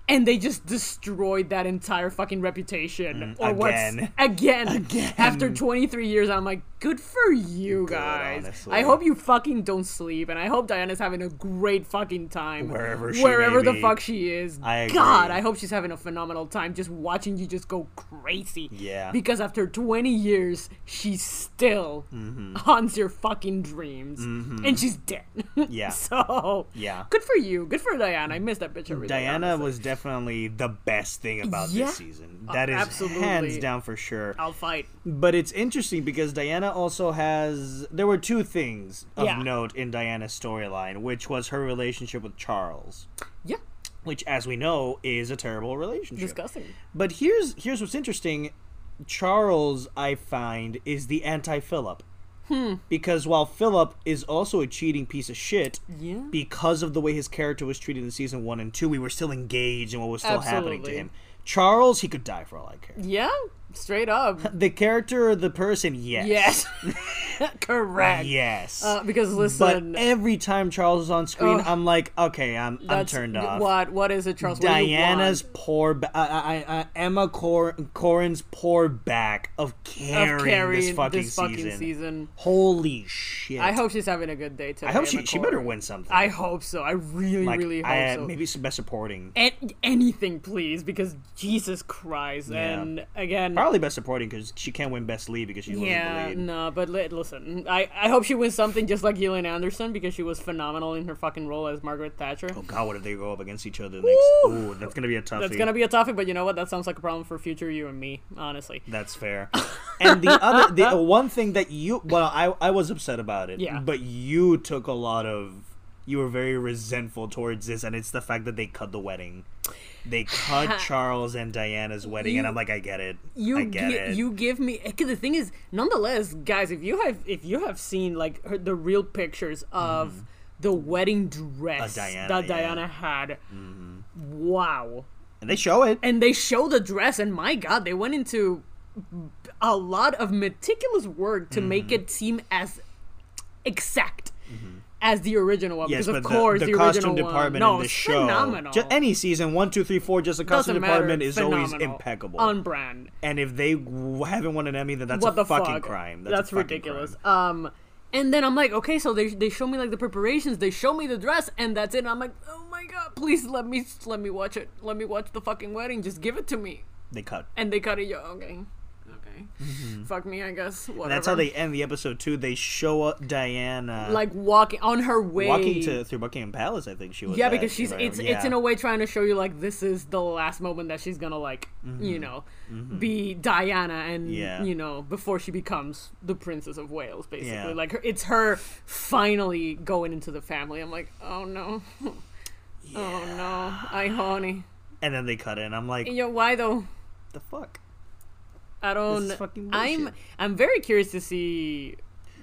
and they just destroyed that entire fucking reputation Mm, or again. what's again again after 23 years i'm like good for you Good, guys i honestly. hope you fucking don't sleep and i hope diana's having a great fucking time Wherever she wherever may the be. fuck she is I god agree. i hope she's having a phenomenal time just watching you just go crazy Yeah. because after 20 years she still Mm-hmm. haunts your fucking dreams and she's dead Yeah. so Yeah. good for you good for diana i miss that bitch every day, Diana honestly. was definitely the best thing about Yeah. this season. That is absolutely. hands down for sure. i'll fight But it's interesting because Diana also has. There were two things of Yeah. note in Diana's storyline, which was her relationship with Charles, yeah which, as we know, is a terrible relationship. disgusting But here's here's what's interesting. Charles, I find, is the anti Philip. Hmm. Because while Philip is also a cheating piece of shit, Yeah. because of the way his character was treated in season one and two, we were still engaged in what was still happening to Absolutely. him. Charles, he could die for all I care. yeah straight up The character, the person, yes. yes correct Yes. uh, because but listen every time Charles is on screen, Ugh. I'm like, okay, I'm, I'm that's- turned off. what what is it charles What do you want? Diana's poor, ba- uh, I, I, I, Emma Cor- Corrin's poor back of carrying, of this carrying fucking, season. season. Holy shit! I hope she's having a good day today. I hope she, Emma she Corrin. better win something. I hope so. I really, like, really hope I, so. Maybe some best supporting. An- anything, please, because Jesus Christ. Yeah. And again, Probably best supporting because she can't win best lead because she wasn't the yeah, Mm. lead. no, but li- listen, I, I hope she wins something just like Gillian Anderson because she was phenomenal in her fucking role as Margaret Thatcher. Oh god, what if they go up against each other next? Ooh, that's gonna be a toughie. That's gonna be a topic, but you know what? That sounds like a problem for future you and me, honestly. That's fair. and the other, the one thing that you, well, I, I was upset about it. Yeah. But you took a lot of, you were very resentful towards this, and it's the fact that they cut the wedding. They cut Charles and Diana's wedding, and You- I'm like, I get it. you I get gi- it. you give me 'cause the thing is nonetheless guys if you have if you have seen like her, the real pictures of the wedding dress Mm-hmm. Of Diana, yeah. Mm-hmm. that Diana had wow and they show it. and they show the dress and my god they went into a lot of meticulous work to Mm-hmm. make it seem as exact as the original one Mm-hmm. Yes, because but of course the, the, the original costume one department no in the it's show, phenomenal ju- any season one, two, three, four, just the costume Doesn't matter, department is always phenomenal, impeccable. on brand and if they w- haven't won an Emmy, then that's what a the fucking fuck? crime. That's, a That's, fucking ridiculous. crime. Um, and then I'm like, okay, so they they show me like the preparations, they show me the dress, and that's it. And I'm like, oh my god, please let me let me watch it, let me watch the fucking wedding, just give it to me. They cut. And they cut it. Yo, okay, okay, fuck me, I guess. Whatever. Mm-hmm. That's how they end the episode too. They show up Diana like walking on her way. walking to through Buckingham Palace. I think she was. yeah, at, because she's or it's whatever. it's in a oh, way trying to show you like this is the last moment that she's gonna like you know be Diana and Mm-hmm. Yeah. you know before she becomes the princess of Wales basically Yeah. like her, it's her finally going into the family. I'm like oh no, oh no, I honey, and then they cut it, and I'm like, yo why though? the fuck. I don't. is fucking I'm bullshit. I'm very curious to see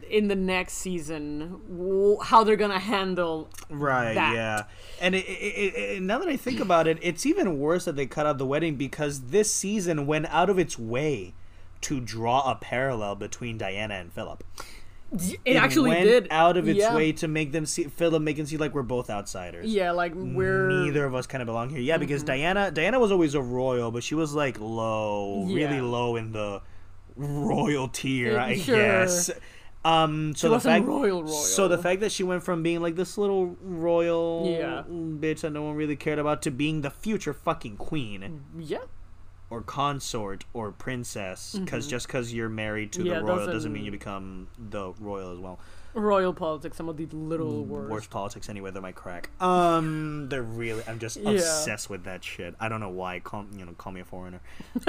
in the next season w- how they're gonna handle Right. That. Yeah. And it, it, it, it- now that I think about it, it's even worse that they cut out the wedding because this season went out of its way to draw a parallel between Diana and Philip. it, actually went did out of its Yeah. way to make them see Philip make it seem like we're both outsiders. yeah like we're neither of us kind of belong here. Yeah, because Mm-hmm. Diana Diana was always a royal, but she was like low, Yeah. really low in the royal tier, Uh, I sure. guess. Um, so She the wasn't fact, royal, royal. So the fact that she went from being like this little royal Yeah. bitch that no one really cared about to being the future fucking queen yeah, or consort or princess, because just because you're married to Mm-hmm. Yeah, the royal doesn't mean doesn't- you become the royal as well. royal politics. Some of the little words. Mm, Worst politics anyway, they're my crack. Um, they're really. I'm just Yeah. obsessed with that shit. I don't know why. Call you know, call me a foreigner.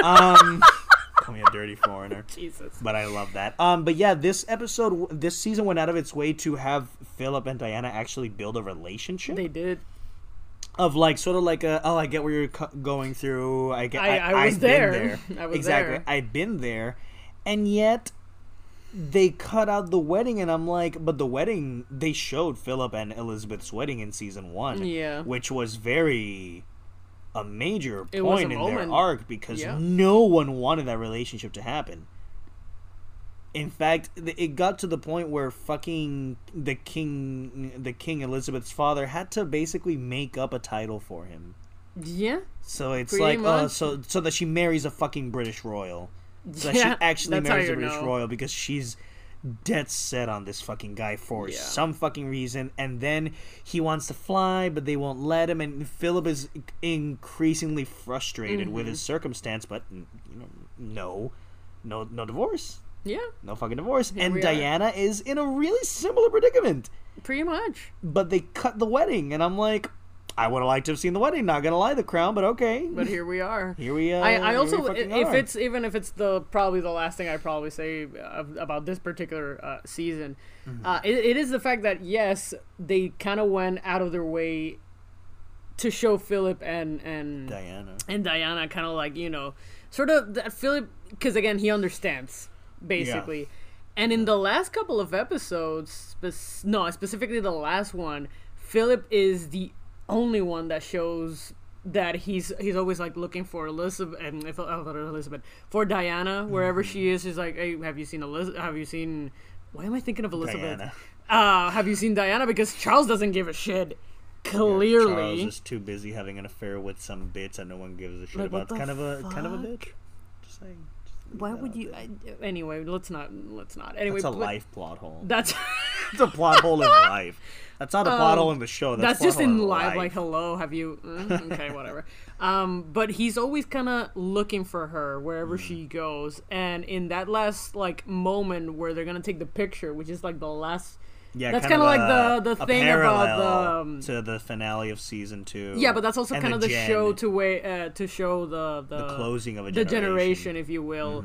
Um, call me a dirty foreigner. Jesus. But I love that. Um, but yeah, this episode, this season went out of its way to have Philip and Diana actually build a relationship They did. of like sort of like a oh I get where you're co- going through. I get I, I- I was have been there. there. I was exactly. there. I've been there, and yet they cut out the wedding, and I'm like, but the wedding they showed Philip and Elizabeth's wedding in season one, Yeah. which was very a major It was a point in moment. their arc because Yeah. no one wanted that relationship to happen. In fact, th- it got to the point where fucking the king, the king Elizabeth's father, had to basically make up a title for him. Yeah. So it's Pretty like, uh, much. so so that she marries a fucking British royal. So that Yeah, she actually that's how marries a you British know. royal because she's dead set on this fucking guy for Yeah. some fucking reason. And then he wants to fly, but they won't let him. And Philip is increasingly frustrated with his Mm-hmm. circumstance, but mm, you know, no, no, no divorce. Yeah. No fucking divorce. we and are. Diana is in a really similar predicament. Pretty much. But they cut the wedding, and I'm like, I would have liked to have seen the wedding. Not gonna lie, the crown, but okay. But here we are. Here we uh, I, I here also we i- fucking if are. it's even if it's the probably the last thing I probably say of, about this particular uh, season, Mm-hmm. uh, it, it is the fact that yes they kind of went out of their way to show Philip and and Diana. and Diana kind of like you know sort of that Philip because again he understands basically, and in the last couple of episodes, spec- no specifically the last one, Philip is the only one that shows that he's he's always like looking for Elizabeth and if- uh, for Elizabeth for Diana wherever Mm-hmm. she is. She's like, hey, have you seen Elizabeth? Have you seen? Why am I thinking of Elizabeth? Diana. Uh, have you seen Diana? Because Charles doesn't give a shit. Clearly, Charles is too busy having an affair with some bitch that no one gives a shit Like, about. what It's the kind of a kind of a fuck? bitch. Just saying. Just leave Why that would out you? there. I, anyway, let's not. Let's not. Anyway, That's a but- life plot hole. That's That's a plot hole in life. That's not a plot Um, hole in the show. That's, that's plot just hole in live. Like, hello, have you? mm, okay, whatever. Um, but he's always kind of looking for her wherever she Mm. goes, and in that last like moment where they're gonna take the picture, which is like the last. Yeah, That's kind of kinda like a- the- the a thing about the, parallel um, to the finale of season two. Yeah, but that's also and kind of the Jen, show to way uh, to show the the, the closing of a the generation. Mm-hmm. generation, if you will.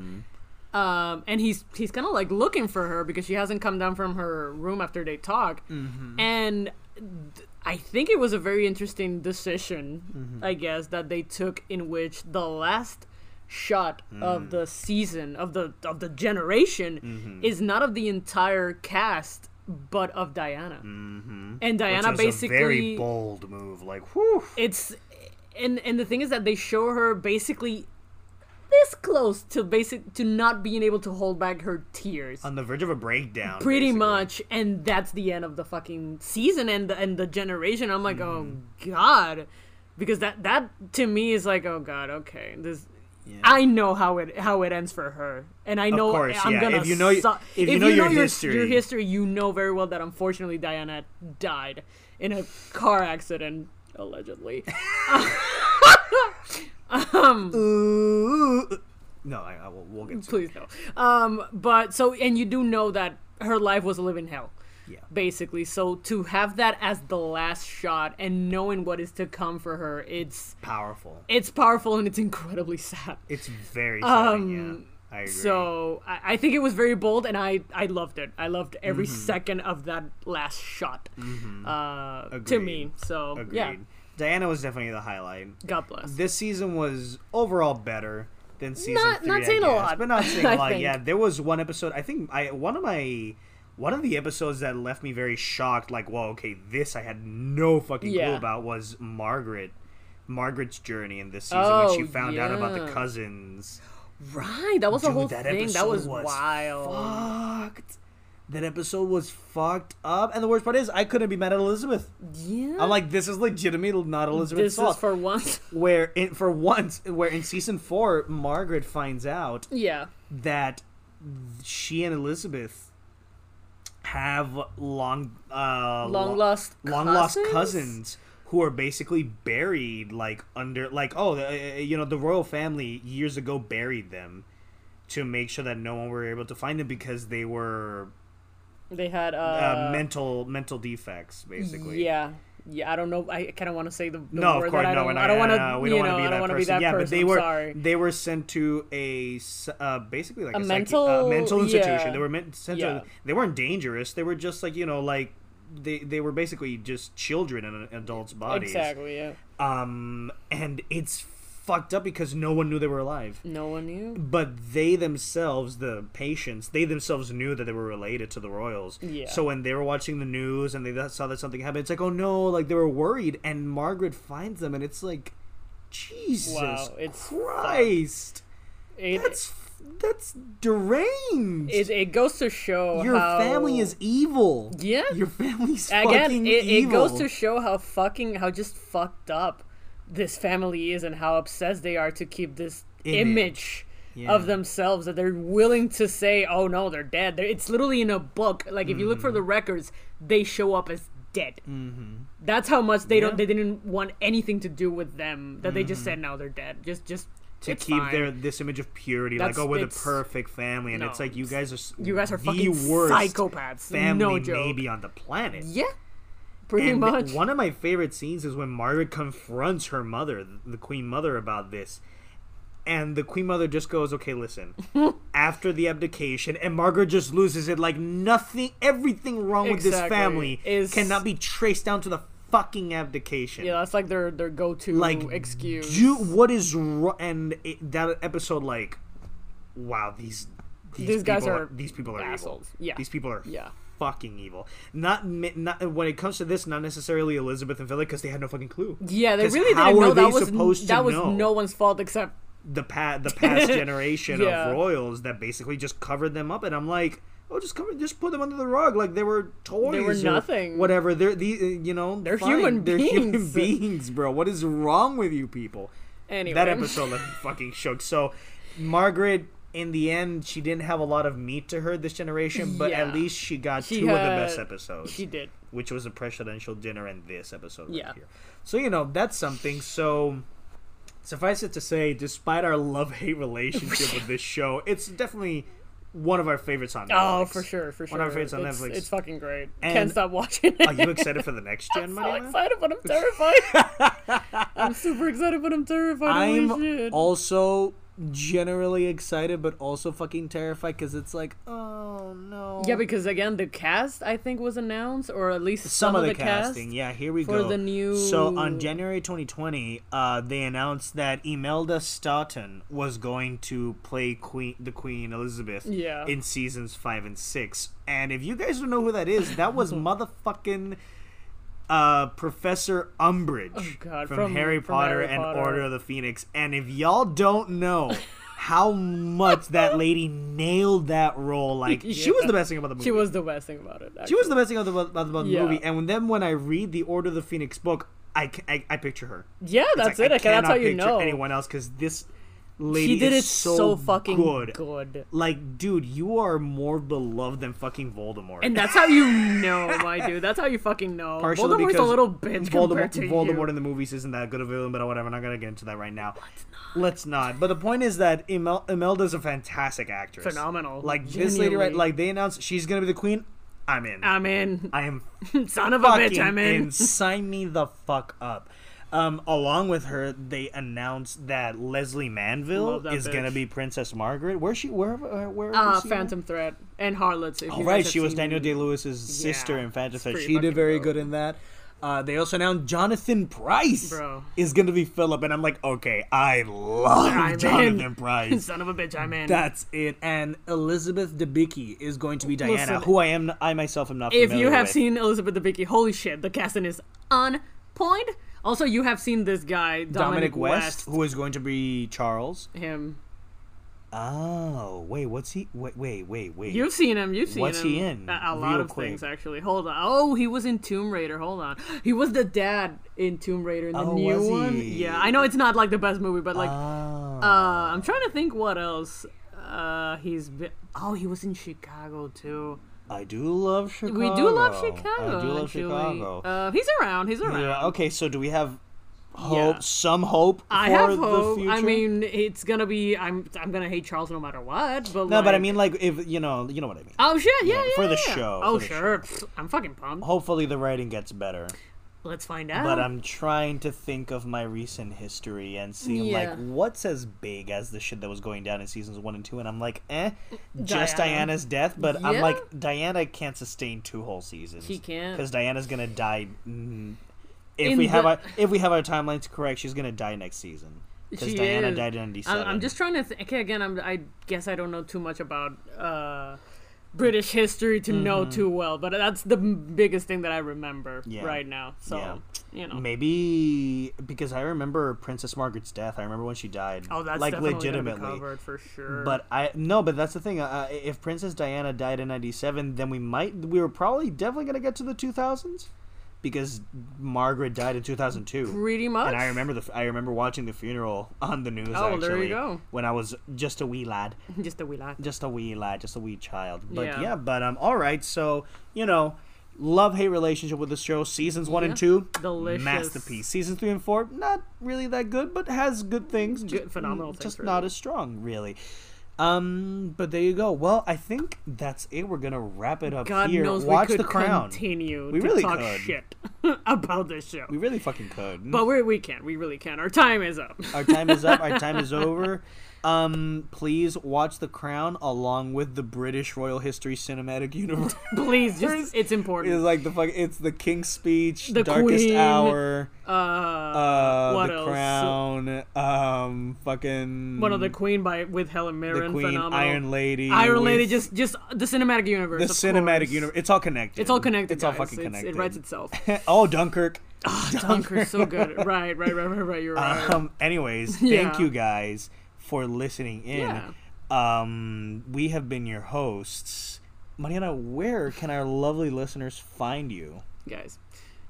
Um, and he's he's kind of like looking for her because she hasn't come down from her room after they talk, Mm-hmm. and th- I think it was a very interesting decision, Mm-hmm. I guess, that they took in which the last shot Mm. of the season of the of the generation Mm-hmm. is not of the entire cast but of Diana, and Mm-hmm. Diana which was basically a very bold move. Like, whew. it's and and the thing is that they show her basically this close to basic to not being able to hold back her tears on the verge of a breakdown. pretty basically. much and that's the end of the fucking season and the, and the generation i'm like Mm-hmm. oh god because that that to me is like oh god okay this Yeah. I know how it how it ends for her, and I know course, I'm yeah. gonna. If you know- su- if you know your history- your history, you know very well that unfortunately Diana died in a car accident, allegedly. Ooh. No, I, I will. We'll get to. Please no. Um, but so, and you do know that her life was a living hell, Yeah. basically. So to have that as the last shot and knowing what is to come for her, it's Powerful. it's powerful and it's incredibly sad. It's very upsetting, yeah. I agree. Um, So I, I think it was very bold, and I I loved it. I loved every Mm-hmm. second of that last shot. Uh, to me, Agreed. so agreed. yeah, Diana was definitely the highlight. God bless. This season was overall better than season Not- three. not I saying a guess, lot, but not saying a I lot. think. Yeah, there was one episode. I think I one of my one of the episodes that left me very shocked. Like, well, okay, this I had no fucking clue Yeah. about was Margaret. Margaret's journey in this season when she Oh, found out about the yeah. cousins. right, that was the Dude, whole that thing. That episode was, was wild. Fucked. That episode was fucked up, and the worst part is I couldn't be mad at Elizabeth. Yeah, I'm like, this is legitimately not Elizabeth's this fault. is for once. where in, for once, where in season four, Margaret finds out yeah, that she and Elizabeth have long uh Long lo- lost long lost cousins? cousins who are basically buried like under like oh the, uh, you know the royal family years ago buried them to make sure that no one were able to find them because they were They had uh, uh, mental mental defects basically Yeah. Yeah, I don't know. I kind of want to say the, the no word of course that I no don't, we're not I don't want gonna- to. no, we don't you want know, to be I don't that wanna person be that yeah person. but they I'm were sorry. they were sent to a s- uh, basically like A a, psychi- mental- uh, mental institution yeah. they were meant sent Yeah. to, they weren't dangerous they were just like you know like they, they were basically just children in an adult's bodies Exactly. Yeah. um, and it's fucked up because no one knew they were alive. No one knew. But they themselves, the patients, they themselves knew that they were related to the royals. Yeah. So when they were watching the news and they th- saw that something happened, it's like, oh no, like they were worried. And Margaret finds them, and it's like, Jesus Wow, it's fucked. Christ, It, that's f- that's deranged. it it goes to show Your how- family is evil. Yeah. Your family's again. fucking It, it evil. goes to show how fucking how just fucked up this family is and how obsessed they are to keep this image. Image. Of Yeah. themselves that they're willing to say, "Oh no, they're dead." They're, it's literally in a book. Like if you look for Mm-hmm. the records, they show up as dead. Mm-hmm. That's how much they Yeah. don't. Mm-hmm. They didn't want anything to do with them. That they just said, "No, they're dead." Just, just to it's keep fine. their this image of purity, That's- like oh, we're the it's- perfect family, and no, it's like you guys are s- You guys are the fucking worst psychopaths. family no joke. maybe on the planet. Yeah, pretty And much. one of my favorite scenes is when Margaret confronts her mother, the Queen Mother, about this. And the Queen Mother just goes, okay, listen, after the abdication, and Margaret just loses it like nothing, everything wrong with this Exactly. family Is- cannot be traced down to the fucking abdication yeah, that's like their their go to like excuse. do what is wrong and it, that episode like wow these these, These guys people are these people are assholes. evil Yeah. these people are Yeah. fucking evil not, mi- not when it comes to this not necessarily elizabeth and philip because they had no fucking clue yeah, they 'Cause really how didn't know are they that was supposed to that was know? no one's fault except the past the past generation Yeah. of royals that basically just covered them up and i'm like oh just cover just put them under the rug like they were toys were or nothing. whatever they're the you know They're fine. human they're human beings. beings bro what is wrong with you people anyway. that episode left me fucking shook. So, Margaret, in the end, she didn't have a lot of meat to her this generation, but Yeah. at least she got She two of the had- best episodes, She did. which was the presidential dinner and this episode right Yeah. here. So, you know, that's something. So, suffice it to say, despite our love hate relationship with this show, it's definitely one of our favorites on Netflix. Oh, for sure, for sure. One of our favorites on it's, Netflix. It's fucking great. Can't And- stop watching it. Are you excited for the next gen, I'm so Mariana? excited, but I'm terrified. I'm super excited, but I'm terrified. Holy I'm shit. also generally excited, but also fucking terrified because it's like, oh no. yeah, because again, the cast I think was announced, or at least some, of the, cast. casting. Yeah, here we for go. the new- So on January 2020, uh, they announced that Imelda Staunton was going to play Queen, the Queen Elizabeth, Yeah. in seasons five and six. And if you guys don't know who that is, that was motherfucking. Uh, Professor Umbridge Oh, God, from, from- Harry from Potter Harry and Potter. Order of the Phoenix. And if y'all don't know how much that lady nailed that role, like she was Yeah. the best thing about the movie. She was the best thing about it. She was the best thing about the, about the Yeah. movie. And when, then when I read the Order of the Phoenix book, I, ca- I, I picture her. Yeah, that's It's like, it. I can, that's cannot how you picture know. anyone else because this lady She did is it so, so, fucking good. good. Like, dude, you are more beloved than fucking Voldemort. And that's how you know, my dude. That's how you fucking know. Partially Voldemort's a because little bitch Voldemort, compared to Voldemort you. in the movies isn't that good of a villain, but whatever. I'm not gonna get into that right now. Let's not. But the point is that Imel- Imelda's a fantastic actress. Phenomenal. Like this lady, right? Genuinely. Like they announced she's gonna be the queen. I'm in. I'm in. I am Son of a bitch, fucking I'm in. and sign me the fuck up. Um, along with her, they announced that Leslie Manville Love that is gonna bitch. be Princess Margaret. Where's she? Where? Where? where Ah, was she at? Phantom Threat and Harlots. If Oh, you right, guys she have was seen- Daniel Day Lewis's sister Yeah, in Phantom it's Thread. pretty She did fucking very dope. good in that. Uh, they also announced Jonathan Price Bro. is going to be Philip, and I'm like, okay, I love I'm in. Jonathan Price. Son of a bitch, I'm in. That's it. And Elizabeth Debicki is going to be Diana, Listen, who I am. I myself am not. if familiar you have with. seen Elizabeth Debicki, holy shit, the casting is on point. Also, you have seen this guy, Dominic, Dominic West, who is going to be Charles. Him. Oh, wait, what's he? Wait, wait, wait, wait. You've seen him. You've seen What's him. he in? A, a lot Real of quick. things, actually. Hold on. Oh, he was in Tomb Raider. Hold on. He was the dad in Tomb Raider in the Oh, new was one. he? Yeah, I know it's not like the best movie, but like, Oh. uh, I'm trying to think what else. Uh, he's been. Oh, he was in Chicago too. I do love Chicago. We do love Chicago. I do love actually. Chicago. Uh, he's around. He's around. yeah. Okay. So do we have hope? Yeah. Some hope for I have the hope. future. I mean, it's gonna be. I'm. I'm gonna hate Charles no matter what. But no, like, but I mean, like, if you know, you know what I mean. Oh shit! Yeah, Yeah, yeah. for the yeah. show, for Oh the sure. Pfft, I'm fucking pumped. Hopefully, the writing gets better. Let's find out. But I'm trying to think of my recent history and seeing Yeah. like what's as big as the shit that was going down in seasons one and two, and I'm like, eh, just Diana. Diana's death. But I'm Yeah. like, Diana can't sustain two whole seasons. She can't. because Diana's gonna die. mm, if In we have the- our if we have our timelines correct, she's gonna die next season. Because She Diana is. died in ninety I'm, seven. I'm just trying to. Th- okay, again, I'm. I guess I don't know too much about uh, British history to know too well. But that's the m- biggest thing that I remember Mm-hmm. Yeah. right now. So Yeah. you know. maybe because I remember Princess Margaret's death. I remember when she died. Oh, that's like definitely legitimately. gonna be covered for sure. But I no, but that's the thing. Uh, if Princess Diana died in '97, then we might we were probably definitely gonna get to the 2000s because Margaret died in 2002. pretty much. And I remember the f- I remember watching the funeral on the news. Oh, well, actually, there you go. When I was just a wee lad, just a wee laugh. just a wee lad, just a wee child. But yeah, Yeah. but um, all right. So you know, love hate relationship with the show. Seasons one and Yeah. two, Delicious. masterpiece. Season three and four, not really that good, but has good things. Good- phenomenal things, Just really. not as strong, really. Um, but there you go. Well, I think that's it. We're gonna wrap it up God here. knows Watch we could the Crown. continue We to really talk could. shit about this show. We really fucking could. but we we can't. We really can't. Our time is up. our time is up. Our time is over. Um, please watch The Crown along with the British Royal History Cinematic Universe. Please, just it's important. It's like the fuck. It's the King's Speech, The Darkest Queen. Hour, Uh, uh, what The else? Crown, um, fucking One of the Queen by with Helen mm. the Mirren. Queen, phenomenal. Iron Lady, Iron Lady. with Just just the cinematic universe. the of cinematic course. universe. It's all connected. It's all connected. It's guys. all fucking connected. It writes itself. oh, Dunkirk. Dunker's so good. Right, right, right, right, right. You're right. Um, anyways, Yeah. thank you guys for listening in. Um, we have been your hosts. Mariana, where can our lovely listeners find you? guys.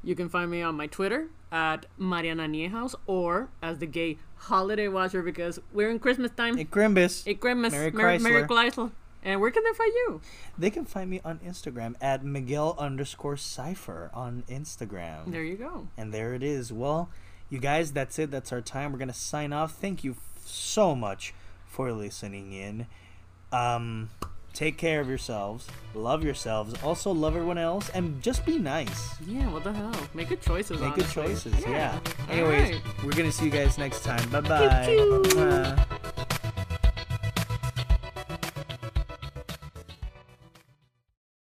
You can find me on my Twitter at Mariana Niehaus or as the gay holiday watcher because we're in Christmas time. Hey, Grimbus. It Christmas. Merry Merry, Merry, Chrysler. Chrysler. And where can they find you? They can find me on Instagram at Miguel underscore Cipher on Instagram. There you go. And there it is. Well, you guys, that's it. That's our time. We're going to sign off. Thank you f- so much for listening in. Um, take care of yourselves. Love yourselves. Also, love everyone else. And just be nice. Yeah, what the hell? Make good choices. Make good honestly. choices. Yeah. All Anyways, right. we're going to see you guys next time. Bye bye. Choo-choo. Mwah.